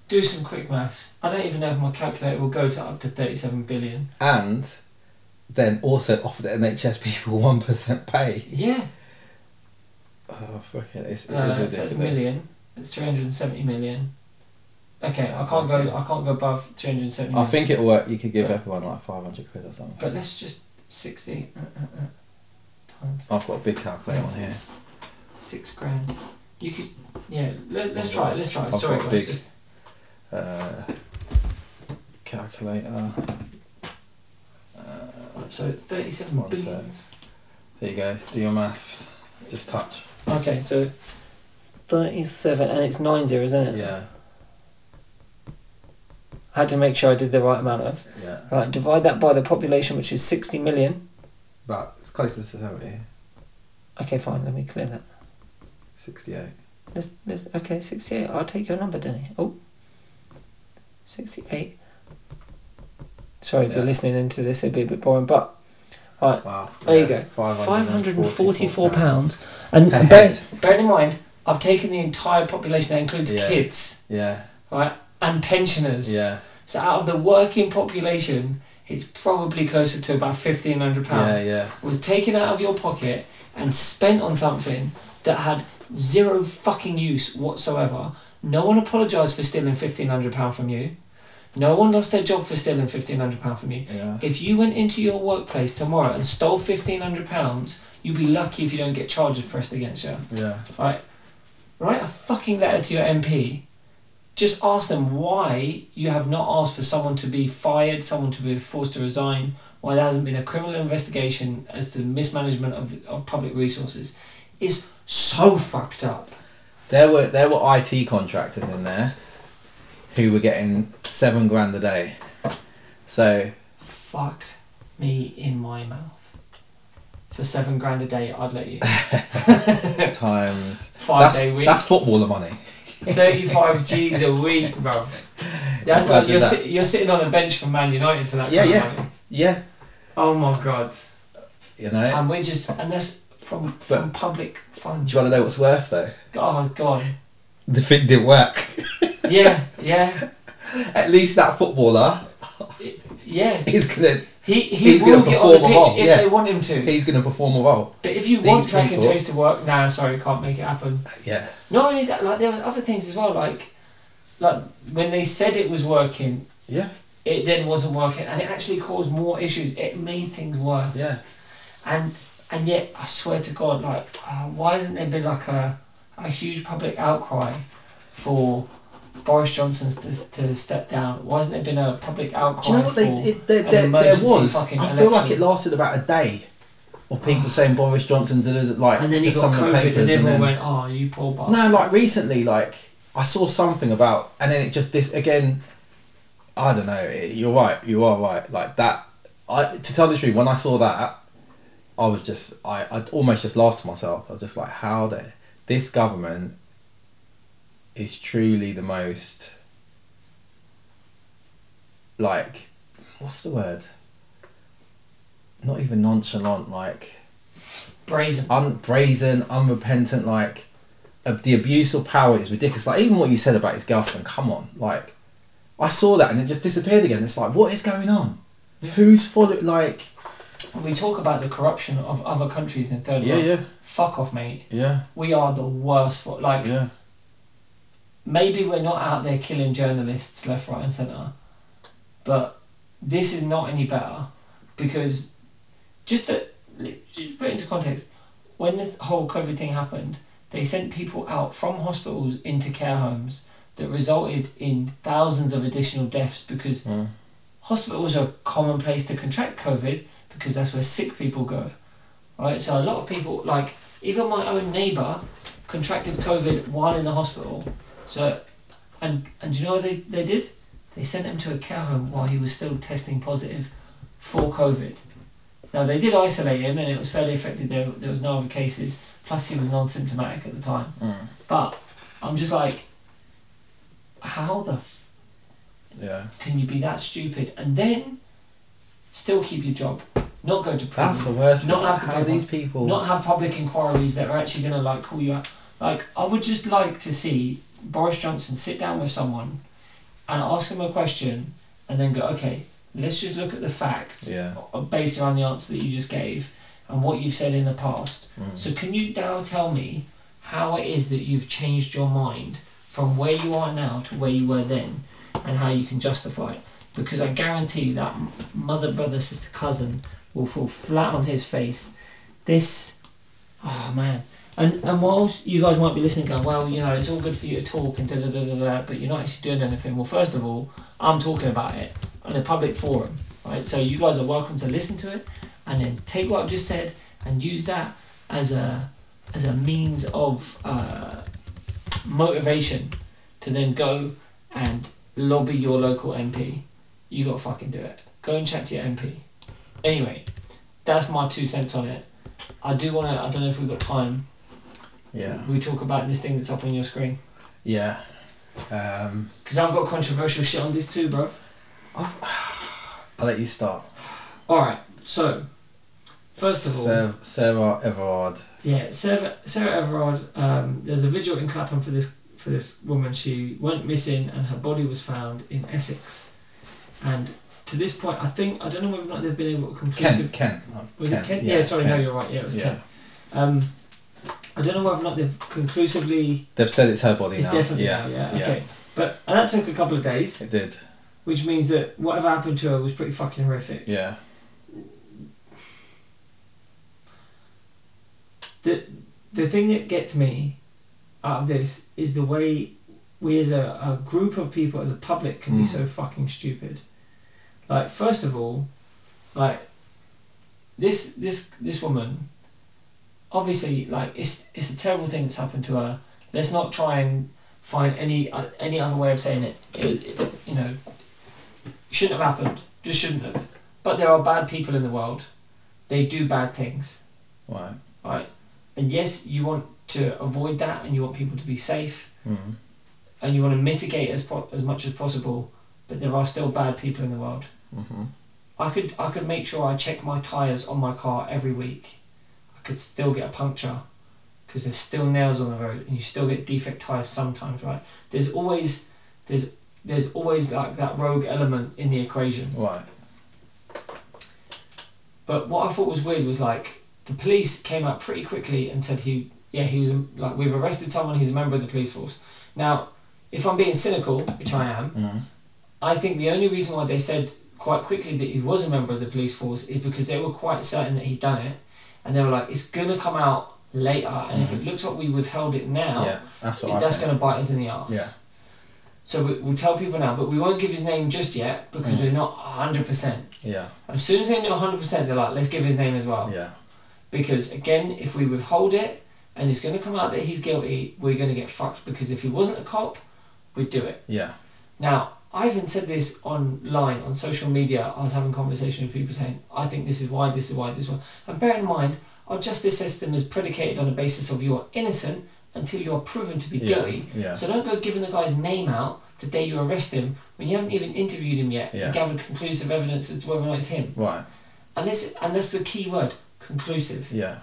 do some quick maths. I don't even know if my calculator will go to up to 37 billion. And then also offer the NHS people (laughs) one percent pay. Yeah. Oh fuck it, it's, it Uh, is so it's a ridiculous. million. It's 370 million. Okay, I That's can't okay. go I can't go above 370 I million. think it'll work. You could give But- everyone like 500 quid or something. But let's just 60 uh, uh, uh, times. I've got a big calculator on here. Six- Six grand. You could, yeah. Let, let's try it. Let's try it. I've Sorry, got a guys. big- Just, Uh, calculator. uh, so thirty-seven One billions. There you go. Do your maths. Just touch. Okay, so thirty-seven, and it's nine zero, isn't it? Yeah. I had to make sure I did the right amount of. Yeah. Right, divide that by the population, which is sixty million. But it's closer to 70. Okay, fine. Let me clear that. 68. Let's, let's, okay, sixty-eight. I'll take your number, Denny. Oh. 68. Sorry if you're Yeah. listening into this, it'd be a bit boring, but Wow. There you Yeah, go. Five hundred and forty-four £544. pounds. And Per bear, head. bearing in mind, I've taken the entire population that includes Yeah. kids, Yeah. right, and pensioners. Yeah. So out of the working population, it's probably closer to about fifteen hundred Yeah. pounds Yeah. was taken out of your pocket and spent on something that had zero fucking use whatsoever. No one apologised for stealing fifteen hundred pound from you. No one lost their job for stealing fifteen hundred pound from you. Yeah. If you went into your workplace tomorrow and stole fifteen hundred pounds, you'd be lucky if you don't get charges pressed against you. Yeah. Right? Write a fucking letter to your MP. Just ask them why you have not asked for someone to be fired, someone to be forced to resign, why there hasn't been a criminal investigation as to mismanagement of, the, of public resources. It's so fucked up. There were there were IT contractors in there who were getting seven grand a day. So Fuck me in my mouth. For seven grand a day, I'd let you. Times. Five that's, day week. that's footballer money. 35 G's a week, (laughs) bro. That's like Imagine you're, that. sit you're sitting on a bench for Man United for that. Yeah, kind of yeah. money. Yeah, Oh my god. you know. And we're just, and that's from, from public Do funds. you want to know what's worse though? Oh god. The thing didn't work. (laughs) Yeah, yeah, At least that footballer yeah. is gonna He, he He's will gonna get on the perform pitch a role, if yeah. they want him to. he's gonna perform a role. But if you These want track and people- trace to work, nah, sorry, can't make it happen. Yeah. Not only that, like there was other things as well, like like when they said it was working, Yeah. it then wasn't working, and it actually caused more issues. It made things worse. Yeah. And and yet, I swear to God, like uh, why hasn't there been like a a huge public outcry for Boris Johnson to, to step down? Why hasn't there been a public outcry? Do you know what they, for- it, there, an there, there emergency was? I fucking feel like election. it lasted about a day of people saying Boris Johnson did it, like and then he just some got of the COVID, papers and everyone then- went, "Oh, you poor bastard." No, like recently, like I saw something about, and then it just this again. I don't know. It, you're right. You are right. Like that. I to tell the truth, when I saw that, I was just I I almost just laughed to myself. I was just like, how the this government is truly the most like what's the word? Not even nonchalant. Like brazen. un- brazen, unrepentant, like uh, the abuse of power is ridiculous. Like even what you said about his girlfriend, come on, like I saw that and it just disappeared again. It's like what is going on? Who's following? Like We talk about the corruption of other countries in third world. Fuck off, mate. yeah, We are the worst for like. Maybe we're not out there killing journalists left, right, and centre, but this is not any better because just to just put it into context, when this whole COVID thing happened, they sent people out from hospitals into care homes that resulted in thousands of additional deaths because Mm. hospitals are a common place to contract COVID because that's where sick people go. Right? So a lot of people, like even my own neighbour, contracted COVID while in the hospital. So, and and do you know what they, they did? They sent him to a care home while he was still testing positive for COVID. Now they did isolate him, and it was fairly effective. There there was no other cases. Plus, he was non-symptomatic at the time. Mm. But I'm just like, how the yeah. can you be that stupid and then still keep your job, not go to That's the prison, worst. Not have to How pay these people. not have public inquiries that are actually going to like call you out? Like, I would just like to see Boris Johnson sit down with someone and ask them a question and then go, okay, let's just look at the facts yeah. uh, based around the answer that you just gave and what you've said in the past. Mm. So, can you now tell me how it is that you've changed your mind from where you are now to where you were then and how you can justify it? Because I guarantee that m- mother, brother, sister, cousin will fall flat on his face. This, oh man. And, and whilst you guys might be listening, going, well, you know, it's all good for you to talk and da da da da da, but you're not actually doing anything. Well, first of all, I'm talking about it on a public forum, right? So you guys are welcome to listen to it and then take what I've just said and use that as a as a means of uh, motivation to then go and lobby your local MP. You got to fucking do it. Go and chat to your MP. Anyway, that's my two cents on it. I do want to. I don't know if we've got time. Yeah. We talk about this thing that's up on your screen Yeah. Um, because I've got controversial shit on this too, bro. I'll let you start. All right. So, first of all, Sarah, Sarah Everard. Yeah, Sarah, Sarah Everard. Um, there's a vigil in Clapham for this for this woman. She went missing, and her body was found in Essex. And to this point, I think I don't know whether or not they've been able to Kent. conclusive. Kent. no, Was it Kent? Yeah, sorry, no, Kent. you're right. Yeah, it was Yeah. Oh, Kent. Um, I don't know whether or not they've conclusively. They've said it's her body It's now. definitely yeah. yeah, yeah, okay. But and that took a couple of days, It did. which means that whatever happened to her was pretty fucking horrific. Yeah. the the thing that gets me out of this is the way we as a, a group of people as a public can be Mm. so fucking stupid like first of all like this this this woman obviously like it's it's a terrible thing that's happened to her let's not try and find any uh, any other way of saying it. It, it you know shouldn't have happened just shouldn't have But there are bad people in the world. They do bad things, Right. right? And yes, you want to avoid that and you want people to be safe Mm. and you want to mitigate as, po- as much as possible, but there are still bad people in the world. Mm-hmm. I could I could make sure I check my tires on my car every week. I could still get a puncture because there's still nails on the road, and you still get defect tires sometimes, right? There's always there's there's always like that rogue element in the equation. Right. But what I thought was weird was like the police came out pretty quickly and said he yeah he was a- like we've arrested someone he's a member of the police force. Now, if I'm being cynical, which I am, Mm. I think the only reason why they said quite quickly that he was a member of the police force is because they were quite certain that he'd done it, and they were like, "It's gonna come out later, and if it looks like we withheld it now, Mm-hmm. Yeah. That's it- what I that's think. gonna bite us in the arse." Yeah. So we, we'll tell people now, but we won't give his name just yet because Mm. we're not hundred percent. Yeah. As soon as they know hundred percent, they're like, "Let's give his name as well," Yeah. because again, if we withhold it and it's gonna come out that he's guilty, we're gonna get fucked because if he wasn't a cop, we'd do it. Yeah. Now, I even said this online on social media. I was having conversations with people saying, I think this is why, this is why, this is why. And bear in mind, our justice system is predicated on the basis of you're innocent until you're proven to be Yeah. guilty. Yeah. So don't go giving the guy's name out the day you arrest him when you haven't even interviewed him yet Yeah. and gathered conclusive evidence as to whether or not it's him. Right. Unless, and that's the key word, conclusive Yeah.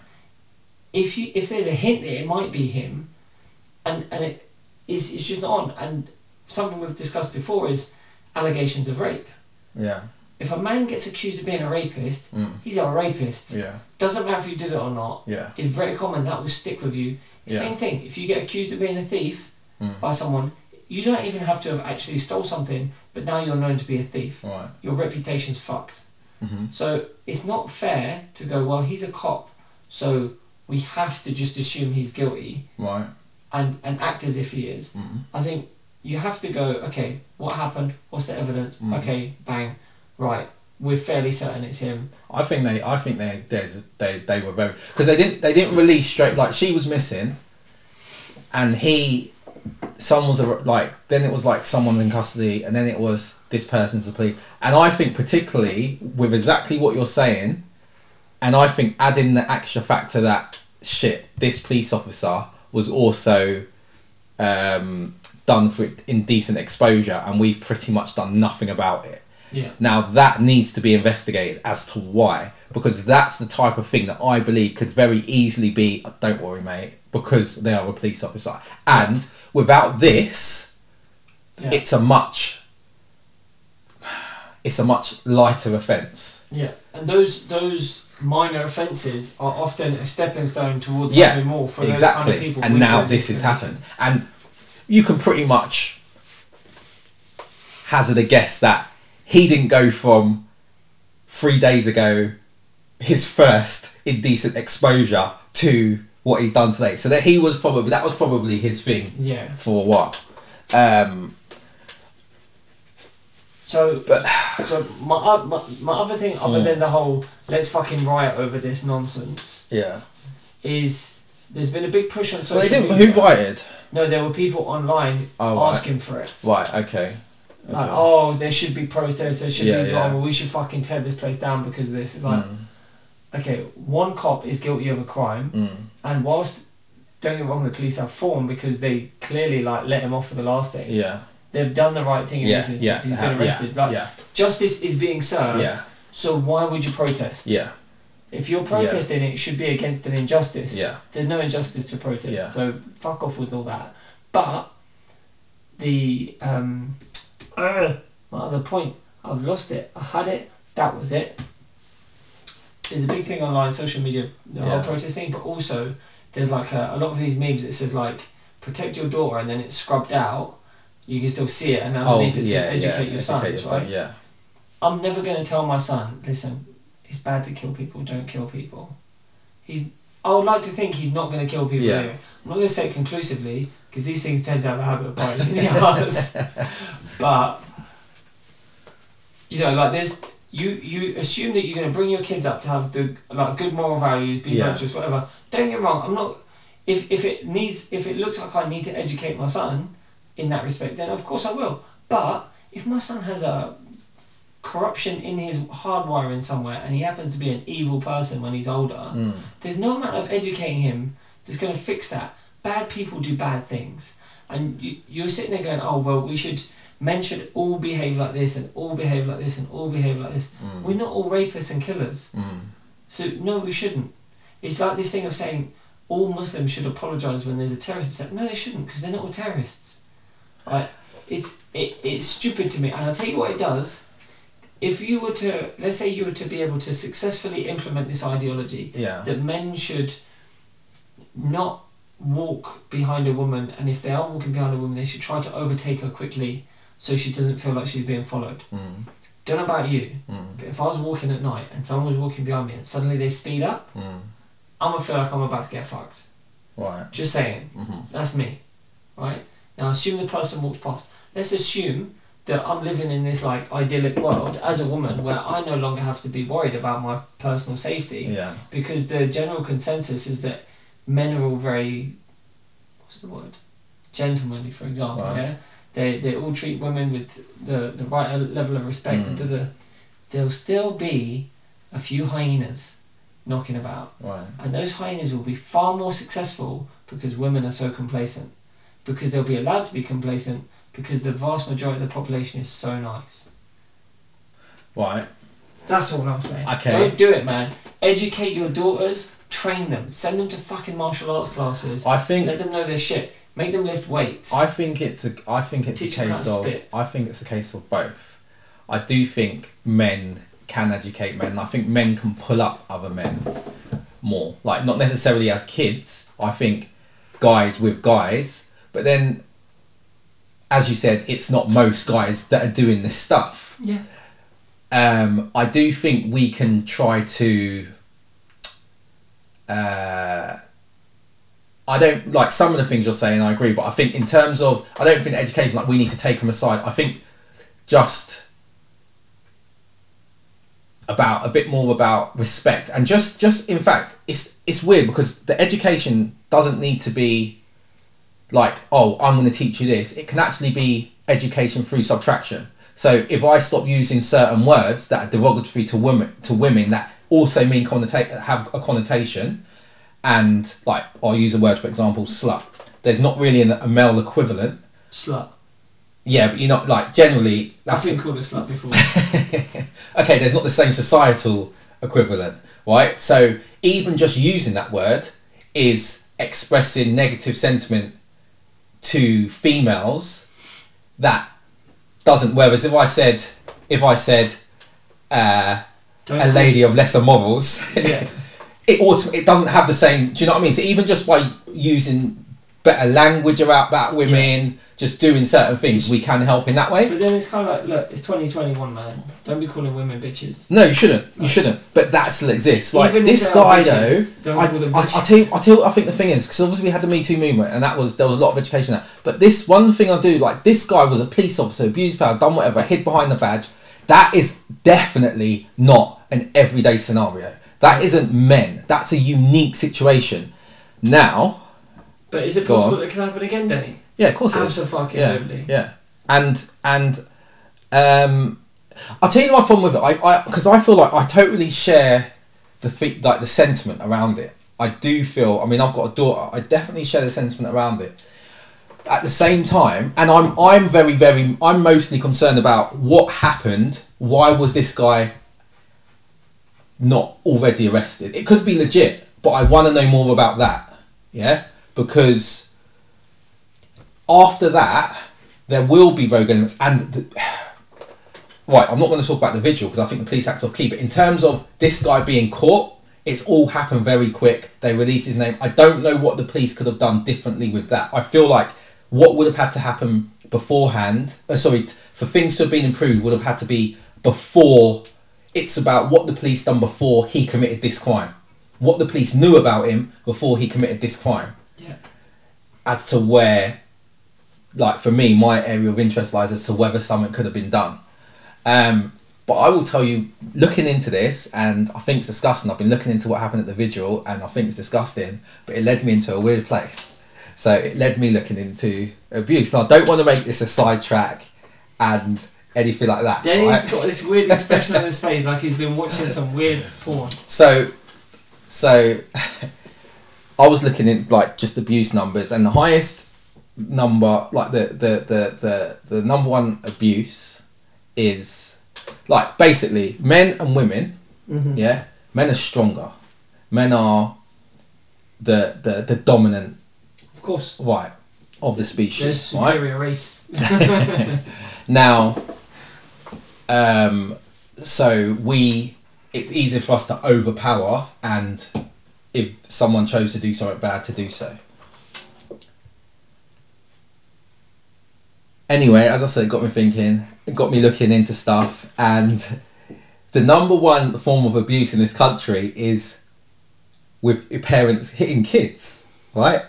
if you if there's a hint that it might be him, and and it is it's just not on. And something we've discussed before is allegations of rape. Yeah. If a man gets accused of being a rapist, Mm. he's a rapist. Yeah. Doesn't matter if you did it or not. Yeah. It's very common that will stick with you. Yeah. Same thing. If you get accused of being a thief Mm. by someone, you don't even have to have actually stole something, but now you're known to be a thief. Right. Your reputation's fucked. Mm-hmm. So it's not fair to go, well, he's a cop, so we have to just assume he's guilty Right. and, and act as if he is. Mm. I think you have to go, okay, what happened? What's the evidence? Mm. Okay, bang, right, we're fairly certain it's him. I think they, I think they, there's, they, they were very because they didn't, they didn't release straight. Like she was missing, and he, someone was a, like, then it was like someone's in custody, and then it was this person's a plea. And I think particularly with exactly what you're saying, and I think adding the extra factor that shit, this police officer was also um, done for indecent exposure, and we've pretty much done nothing about it. Yeah. Now that needs to be investigated as to why, because that's the type of thing that I believe could very easily be. Don't worry, mate, because they are a police officer, and without this, Yeah. it's a much, it's a much lighter offence. yeah. And those those minor offences are often a stepping stone towards Yeah, something more for those kind Exactly, of people. and with now those this has experiences. happened, and you can pretty much hazard a guess that he didn't go from three days ago his first indecent exposure to what he's done today. So that he was probably that was probably his thing Yeah. for what. Um, So, But- so my, o- my, my other thing, other Mm. than the whole let's fucking riot over this nonsense, yeah. is there's been a big push on social So they didn't. media. Who rioted? No, there were people online Oh, right. asking for it. Right. Okay. Like, oh, there should be protests, there should Yeah, be yeah. drama, we should fucking tear this place down because of this. It's like, Mm, okay, one cop is guilty of a crime, mm, and whilst, don't get me wrong, the police have form because they clearly like let him off for the last thing. yeah. They've done the right thing in Yeah. this instance, Yeah. he's been yeah, arrested. Like, yeah. Justice is being served, Yeah. so why would you protest? Yeah. If you're protesting, it should be against an injustice. Yeah. There's no injustice to protest, Yeah. so fuck off with all that. But the um, uh, my other point, I've lost it. I had it. That was it. There's a big thing online, social media, the whole Yeah. protest thing. But also, there's like a, a lot of these memes that says like protect your daughter, and then it's scrubbed out. You can still see it, and Oh, underneath it says yeah. educate yeah, your sons, educate right? your son, Yeah. I'm never going to tell my son, listen, it's bad to kill people, don't kill people. He's, I would like to think he's not going to kill people Yeah. anyway. I'm not going to say it conclusively, because these things tend to have a habit of biting in the (laughs) arse. But, you know, like there's, you, you assume that you're going to bring your kids up to have the like good moral values, be Yeah. virtuous, whatever. Don't get me wrong, I'm not, if, if it needs, if it looks like I need to educate my son in that respect, then of course I will. But if my son has a corruption in his hardwiring somewhere, and he happens to be an evil person when he's older, Mm. there's no amount of educating him that's going to fix that. Bad people do bad things, and you, you're sitting there going, "Oh well, we should." Men should all behave like this, and all behave like this, and all behave like this. We're not all rapists and killers. mm, So no, we shouldn't. It's like this thing of saying all Muslims should apologise when there's a terrorist attack. No, they shouldn't because they're not all terrorists. Like it's it, it's stupid to me, and I'll tell you what it does. If you were to let's say you were to be able to successfully implement this ideology Yeah. that men should not walk behind a woman, and if they are walking behind a woman, they should try to overtake her quickly so she doesn't feel like she's being followed. Mm. Don't know about you, Mm. but if I was walking at night and someone was walking behind me and suddenly they speed up, Mm. I'm gonna feel like I'm about to get fucked. Right. Just saying, Mm-hmm. that's me, right? Now assume the person walks past. Let's assume that I'm living in this like idyllic world as a woman where I no longer have to be worried about my personal safety Yeah. because the general consensus is that men are all very what's the word gentlemanly for example Right. yeah they, they all treat women with the, the right level of respect Mm. da, da, da. there'll still be a few hyenas knocking about Right. and those hyenas will be far more successful because women are so complacent because they'll be allowed to be complacent because the vast majority of the population is so nice Right. that's all I'm saying. Okay. Don't do it, man. Educate your daughters, train them, send them to fucking martial arts classes, I think let them know their shit, make them lift weights. I think it's a. I think it's a Teach 'em how case to of. spit. I think it's a case of both. I do think men can educate men. I think men can pull up other men more. Like not necessarily as kids. I think guys with guys. But then, as you said, it's not most guys that are doing this stuff. yeah. Um, I do think we can try to. Uh, I don't like some of the things you're saying. I agree, but I think in terms of, I don't think education like we need to take them aside. I think just about a bit more about respect and just just in fact, it's it's weird because the education doesn't need to be like, oh, I'm going to teach you this. It can actually be education through subtraction. So if I stop using certain words that are derogatory to women, to women that also mean connota- have a connotation, and like I'll use a word for example, slut. There's not really an, a male equivalent. Slut. Yeah, but you're not like generally. I've That's been called a slut (laughs) before. okay, there's not the same societal equivalent, right? So even just using that word is expressing negative sentiment to females that doesn't. Whereas if I said, if I said, uh, Don't a lady of lesser morals, Yeah. (laughs) it autom- it doesn't have the same. Do you know what I mean? So even just by using better language about that women, just doing certain things, we can help in that way. But then it's kind of like, look, it's 2021, man. Don't be calling women bitches. No, you shouldn't. You shouldn't. But that still exists. Like Even if this they guy are though. bitches, don't I, call them I, I bitches. tell you, I tell you, I think the thing is because obviously we had the Me Too movement, and that was there was a lot of education there. But this one thing I do like this guy was a police officer, abused power, done whatever, hid behind the badge. That is definitely not an everyday scenario. That isn't men. That's a unique situation. Now, But is it Go possible on. that it can happen again, Danny? yeah, of course it is. Absolutely. Yeah, yeah. And and um, I'll tell you my problem with it. I because I, feel like I totally share the fe- like the sentiment around it. I do feel. I mean, I've got a daughter. I definitely share the sentiment around it. At the same time, and I'm I'm very very I'm mostly concerned about what happened. Why was this guy not already arrested? It could be legit, but I want to know more about that. Yeah, because after that, there will be rogue elements. And the, right, I'm not going to talk about the vigil because I think the police act's off key. But in terms of this guy being caught, it's all happened very quick. They released his name. I don't know what the police could have done differently with that. I feel like what would have had to happen beforehand. Uh, sorry, t- for things to have been improved, would have had to be before. It's about what the police done before he committed this crime. What the police knew about him before he committed this crime Yeah. as to where, like for me, my area of interest lies as to whether something could have been done. Um, but I will tell you, looking into this, and I think it's disgusting. I've been looking into what happened at the vigil, and I think it's disgusting. But it led me into a weird place. So it led me looking into abuse. Now I don't want to make this a sidetrack, and anything like that. Danny's right? got this weird expression on his face, like he's been watching some weird porn. So, so (laughs) I was looking in like just abuse numbers, and the highest number, like the the the the, the number one abuse is like basically men and women. Mhm. Yeah, men are stronger. Men are the the the dominant Of course, right of the there's species. Right? superior race. Now, um, so we, it's easier for us to overpower, and if someone chose to do something bad, to do so. Anyway, as I said, it got me thinking, it got me looking into stuff, and the number one form of abuse in this country is with parents hitting kids, right?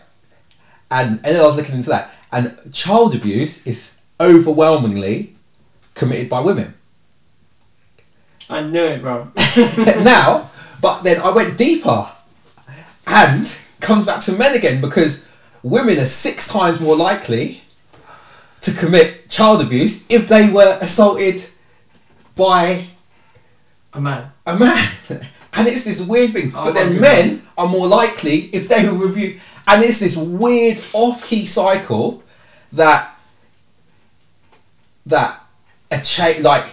and and then I was looking into that, and child abuse is overwhelmingly committed by women. (laughs) I knew it, bro. now, but then I went deeper, and comes back to men again because women are six times more likely to commit child abuse if they were assaulted by A man. a man. (laughs) And it's this weird thing. Oh, but then my men are more likely if they were review and it's this weird off key cycle that that a cha- like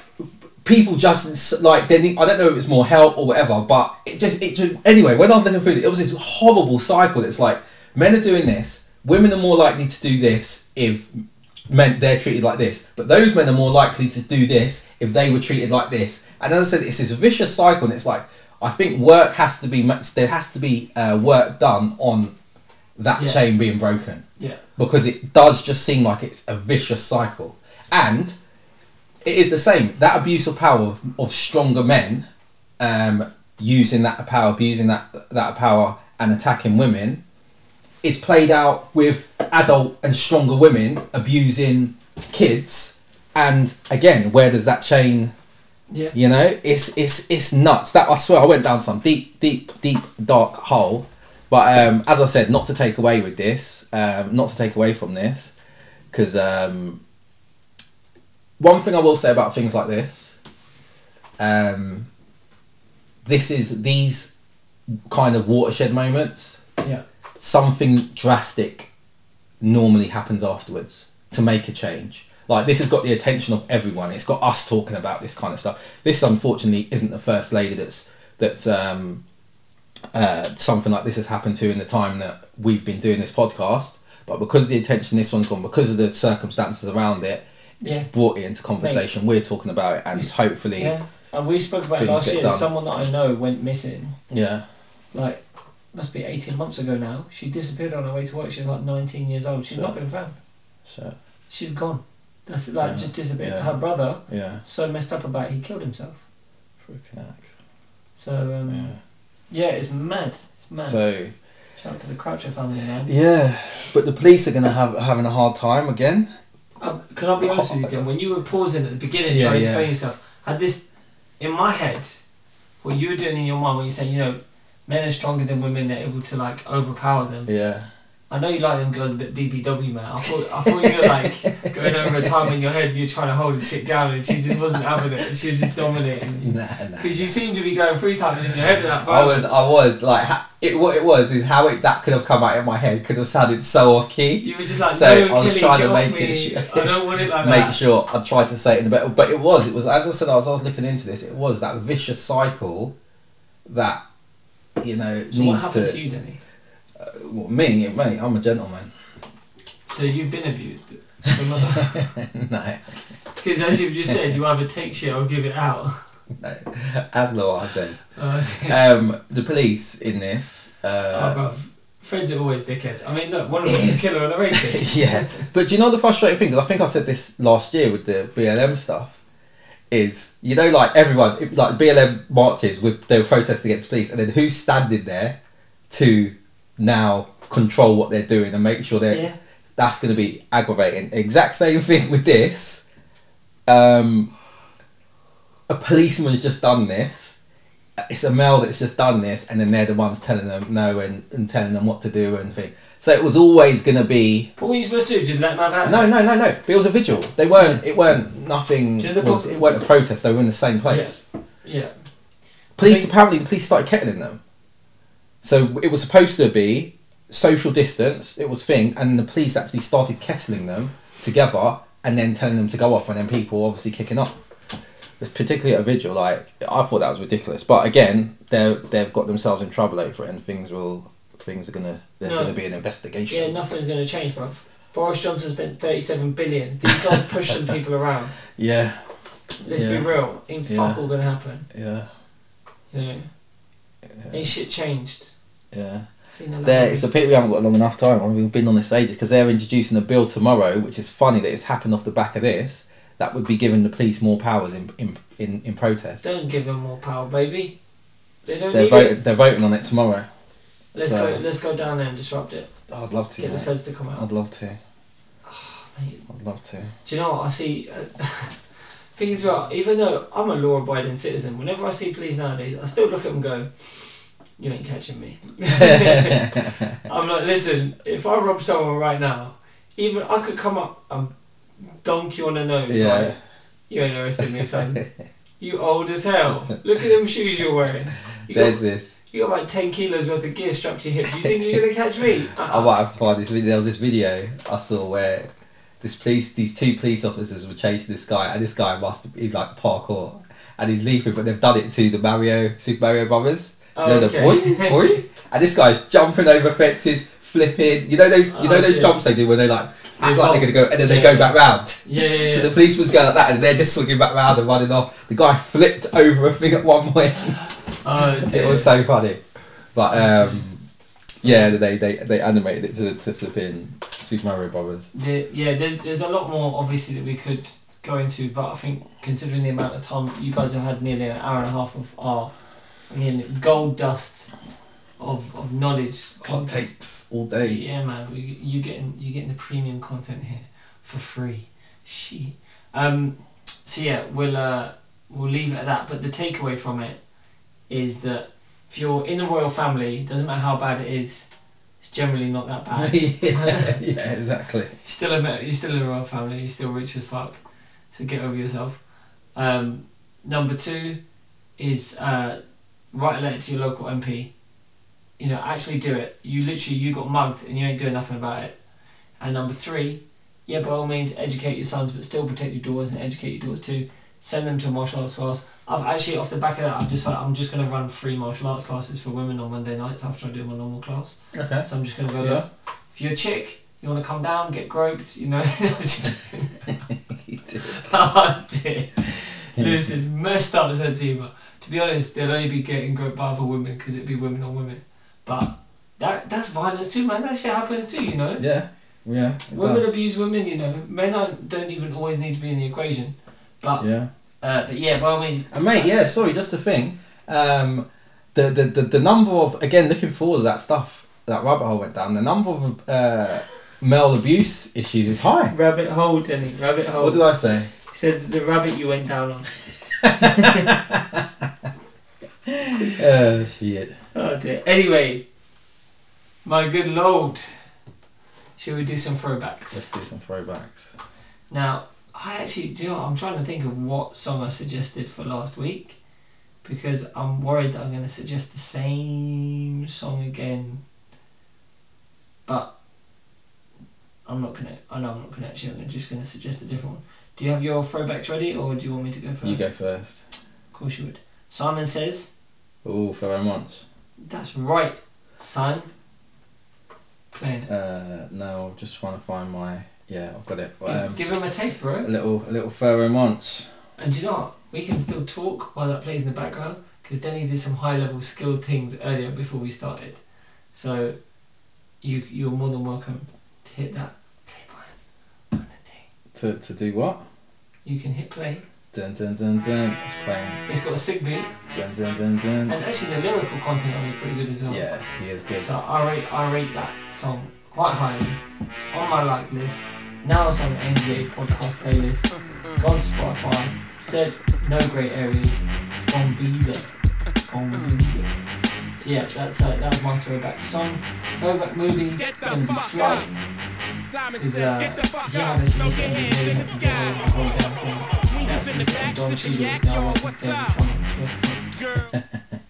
people just like they need, I don't know if it's more help or whatever, but it just it just anyway, when I was looking through it, it was this horrible cycle that's like men are doing this, women are more likely to do this if men they're treated like this, but those men are more likely to do this if they were treated like this. And as I said, it's this vicious cycle, and it's like I think work has to be ma- there has to be uh, work done on that Yeah. chain being broken Yeah. because it does just seem like it's a vicious cycle. And it is the same that abuse of power of stronger men um, using that power, abusing that that power, and attacking women is played out with adult and stronger women abusing kids. And again, where does that chain? Yeah. You know, it's it's it's nuts. That I swear, I went down some deep, deep, deep dark hole. But um, as I said, not to take away with this, um, not to take away from this, because um, one thing I will say about things like this, um, this is these kind of watershed moments. Yeah. Something drastic normally happens afterwards to make a change. Like this has got the attention of everyone. It's got us talking about this kind of stuff. This unfortunately isn't the first lady that's that's um, uh, something like this has happened to in the time that we've been doing this podcast. But because of the attention this one's gone, because of the circumstances around it, it's Yeah. brought it into conversation. We're talking about it, and hopefully, Yeah. And we spoke about it Things last get year. done. Someone that I know went missing. yeah. Like, must be 18 months ago now. She disappeared on her way to work. She's like 19 years old. She's Sure. not been found. So She's gone. That's it, like Yeah. just disappeared. Yeah. Her brother yeah, so messed up about it, he killed himself. freaking heck. So um, Yeah. yeah. it's mad. It's mad. So Shout out to the Croucher family, man. yeah, but the police are gonna have having a hard time again. Um, can I be honest with you, Tim? When you were pausing at the beginning Yeah, trying yeah. to explain yourself, I had this in my head, what you were doing in your mind when you saying, you know, men are stronger than women, they're able to like overpower them. Yeah. (laughs) I know you like them girls a bit BBW, man. I thought, I thought you were (laughs) like going over a time in your head, you're trying to hold the chick down, and she just wasn't having it, she was just dominating. Nah, nah. Because you seemed to be going freestyling in your head, like, I bro. was, I was like, ha- it. What it was is how it that could have come out in my head could have sounded so off key. You were just like, So, no, I was Achilles, trying to get off make me. it sh- I don't want it like (laughs) Make that. sure I tried to say it in a better, but it was, it was. As I said, as I was looking into this, it was that vicious cycle that you know So what needs happened to. to you, Denny? well, me, mate, I'm a gentleman. (laughs) So you've been abused. no, Because as you've just said, you either take shit or give it out. (laughs) no, as low as I said. Uh, Um, the police in this. Uh, oh, bro, Friends are always dickheads. I mean, look, one of It them is is. a killer and a rapist. (laughs) yeah, but do you know the frustrating thing? 'Cause I think I said this last year with the BLM stuff. Is you know like everyone it- like BLM marches with they were protesting against police, and then who's standing there to now control what they're doing and make sure they're Yeah. that's going to be aggravating. Exact same (laughs) thing with this. Um, a policeman's just done this. It's a male that's just done this, and then they're the ones telling them no and, and telling them what to do and thing. So it was always going to be What were you supposed to do? Just let them have that? no, no, no, no. But it was a vigil. They weren't. It weren't nothing. Do you know the Was, prob- it weren't a protest. They were in the same place. Yeah. I Police think- apparently the police started kettling them. So it was supposed to be social distance. It was thing, and the police actually started kettling them together, and then telling them to go off, and then people obviously kicking off. It's particularly at a vigil. Like I thought that was ridiculous, but again, they they've got themselves in trouble over it, and things will things are gonna there's No. gonna be an investigation. Yeah, nothing's going to change, bruv. Boris Johnson spent 37 billion. These (laughs) guys push some people around. yeah, Let's Yeah. be real. Ain't fuck Yeah. all going to happen. yeah, You know? Ain't shit changed. yeah. Seen a lot There, of it's a this. pity we haven't got long enough time. I mean, We've been on this ages because they're introducing a bill tomorrow, which is funny that it's happened off the back of this. That would be giving the police more powers in in in, in protest. Don't give them more power, baby. They don't They're need voting. it. They're voting on it tomorrow. Let's so- go. Let's go down there and disrupt it. Oh, I'd love to. Get the mate. feds to come out. I'd love to. Mate, I'd love to. Do you know what I see? uh, (laughs) Things are even though I'm a law-abiding citizen, whenever I see police nowadays, I still look at them and go, "You ain't catching (laughs) me." I'm like, listen, if I rob someone right now, even I could come up and dunk you on the nose. Yeah. Right? You ain't arresting me, son. you old as hell. Look at them shoes you're wearing. You There's got, this. you got like ten kilos worth of gear strapped to your hips. You think you're gonna catch me? (laughs) I Uh-uh. might have to find this video. There was this video I saw where this police, these two police officers were chasing this guy, and this guy must he's like parkour and he's leaping, but they've done it to the Mario Super Mario Brothers. You know the Okay. boy, boy, and this guy's jumping over fences, flipping. You know those, you know Oh, those yeah. jumps they do where they like act They like they're bolt. gonna go, and then they Yeah. go back round. Yeah, (laughs) yeah, yeah. So the police was going like that, and they're just swinging back round and running off. The guy flipped over a thing at one point. oh, (laughs) It dear. was so funny. But um, yeah, they, they they animated it to, to flip in Super Mario Brothers. The, yeah, there's, there's a lot more obviously that we could go into, but I think considering the amount of time you guys have had, nearly an hour and a half of our again gold dust of, of knowledge. Hot takes all day. Yeah, man, we, you're getting you're getting the premium content here for free. Shit. Um. So yeah, we'll uh, we'll leave it at that. But the takeaway from it is that if you're in the royal family, doesn't matter how bad it is, it's generally not that bad. (laughs) (laughs) (laughs) yeah, yeah, exactly. You're still a me- you're still in a royal family. You're still rich as fuck. So get over yourself. Um, number two is uh, write a letter to your local MP. You know, actually do it. You literally you got mugged and you ain't doing nothing about it. And number three, yeah, by all means educate your sons, but still protect your daughters and educate your daughters too. Send them to a martial arts class. I've actually off the back of that, I'm just like I'm just gonna run free martial arts classes for women on Monday nights after I do my normal class. Okay. uh, So I'm just gonna go. Yeah. Look, (laughs) if you're a chick, you want to come down, get groped, you know. (laughs) oh dear, Lewis is messed up sense of humour. To be honest, they'll only be getting groped by other women because it'd be women on women. But that that's violence too, man. That shit happens too, you know. Yeah, yeah. it women does. abuse women, you know. Men aren't- don't even always need to be in the equation. But Yeah. uh, but yeah, by all means, And mate, yeah, sorry, just a thing. Um, the, the, the, the number of, again, looking forward to that stuff, that rabbit hole went down, the number of uh, male abuse issues is high. rabbit hole, Denny. Rabbit hole. What did I say? said the rabbit you went down on. Oh, shit. Oh dear. Anyway, my good lord, shall we do some throwbacks? Let's do some throwbacks. Now, I actually do. You know what? I'm trying to think of what song I suggested for last week because I'm worried that I'm going to suggest the same song again. But I'm not gonna. I know I'm not gonna actually. I'm just gonna suggest a different one. Do you have your throwbacks ready, or do you want me to go first? You go first. Of course you would. Simon says. Oh, Pharoah Monch. That's right, son. Playing it. Uh, no, I'm just trying to find my. Yeah, I've got it. Um, give, give him a taste, a bro. little, a little Pharoah Monch. And do you know what? We can still talk while that plays in the background because Denny did some high level skill things earlier before we started. So you you're more than welcome to hit that play button on the thing. To, to do what? You can hit play. Dun dun dun dun. It's playing. It's got a sick beat, Dun dun dun dun. and actually the lyrical content on it pretty good as well. Yeah, he is good. So I rate I rate that song quite highly. It's on my like list. Now it's on the NGA podcast playlist. Go on Spotify. Mm-hmm. Search No Grey Areas. It's gonna be there. It's gonna be there. So yeah, that's uh, that was my throwback song. Throwback movie gonna be Flight. Because uh, he had a CC and he really had to do the whole damn thing. That's his uh, Don Cheadle is now working with David Cameron Smith.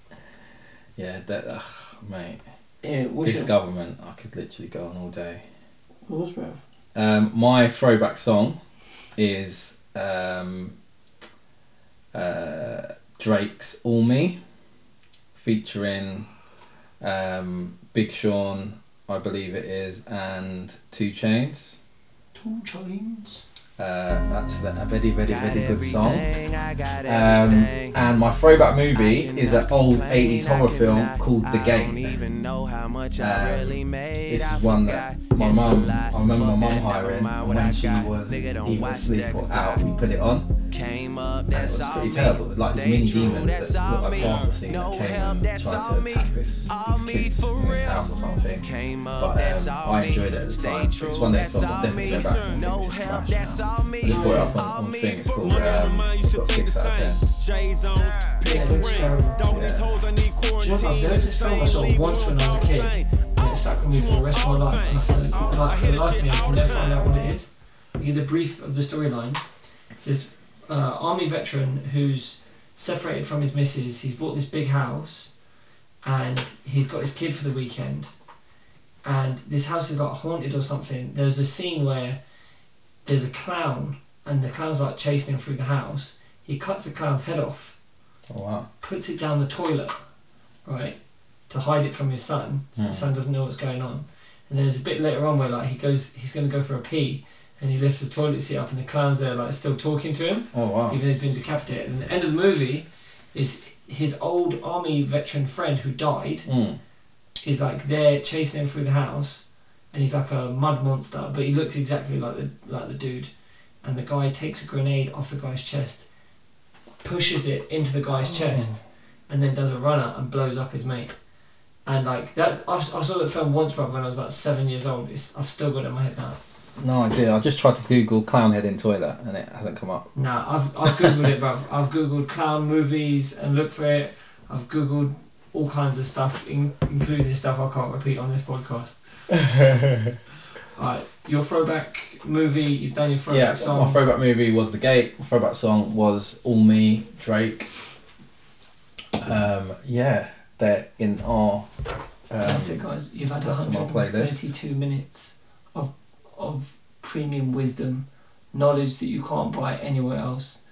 Yeah, that, ugh, mate. Yeah, what's This your... government, I could literally go on all day. What was Rev? Um, my throwback song is um, uh, Drake's All Me, featuring um, Big Sean, I believe it is, and Two Chains. Two Chains. Uh, that's the, a very, very, very good song. Um, Um, and my throwback movie is an old 80s horror film called The Game. Game. Um, this This is one that my mum, I remember my mum hiring, and when she was either asleep or out, we put it on. came up, And it was that's all pretty me. terrible. It was like these Stay mini true, demons that that's all looked like me. Master Scene that No came help, and tried that's all to me. attack this All me kids for in his real. house or something. Came up, But that's um, all I me. enjoyed it at the Stay time. It's true, one of those that's songs I'll all definitely me. go back to. and No think it's help, trash that's now. all me. I just put it up on, on thing. It's called um, it's got 6 out of 10. J's on, Yeah, pick it a looks ring. terrible. Dog these hoes, I need Do you know what? quarantine. There was this film I saw once when I was a kid, and it stuck with me for the rest of my life. And I found it, like, for the life of me, I can never find out what it is. You get the brief of the storyline. It's this uh, army veteran who's separated from his missus. He's bought this big house, and he's got his kid for the weekend. And this house is like haunted or something. There's a scene where there's a clown, and the clown's like chasing him through the house. He cuts the clown's head off Oh, wow. puts it down the toilet, right, to hide it from his son, so his son doesn't know what's going on. And there's a bit later on where like he goes, he's going to go for a pee, and he lifts the toilet seat up, and the clown's there like still talking to him, Oh, wow. even though he's been decapitated. And the end of the movie is his old army veteran friend who died Mm. is like there chasing him through the house, and he's like a mud monster, but he looks exactly like the like the dude. And the guy takes a grenade off the guy's chest, pushes it into the guy's chest, and then does a runner and blows up his mate. And like that's I, I saw that film once, but when I was about seven years old, it's, I've still got it in my head now. No idea. I just tried to Google clown head in toilet and it hasn't come up. Nah, I've I've googled it, bruv. I've googled clown movies and looked for it. I've googled all kinds of stuff, in, including stuff I can't repeat on this (laughs) podcast. Alright, your throwback movie. You've done your throwback yeah, song. my throwback movie was The Gate. My throwback song was All Me, Drake. Um, yeah, they're in our. Um, That's it, guys. You've had that's on my 132 minutes of of premium wisdom, knowledge that you can't buy anywhere else.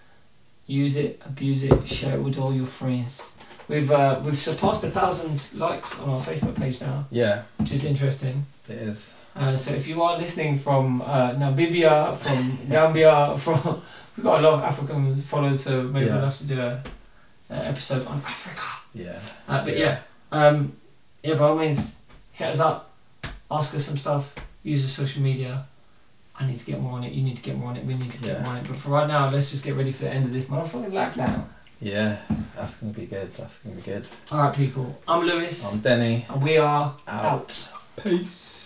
Use it, abuse it, share it with all your friends. We've uh, we've surpassed a thousand likes on our Facebook page now, yeah, which is interesting. it is. Uh, so if you are listening from uh, Namibia, (laughs) from Gambia, from (laughs) we've got a lot of African followers, so maybe Yeah. we'll have to do a, a episode on Africa. Yeah. Uh, but yeah, Yeah. um, yeah, by all means, hit us up, ask us some stuff, use the social media. I need to get more on it. You need to get more on it. We need to get Yeah. more on it. But for right now, let's just get ready for the end of this motherfucking lockdown. Yeah, that's going to be good. That's going to be good. All right, people. I'm Lewis, I'm Denny. and we are Out. out. Peace.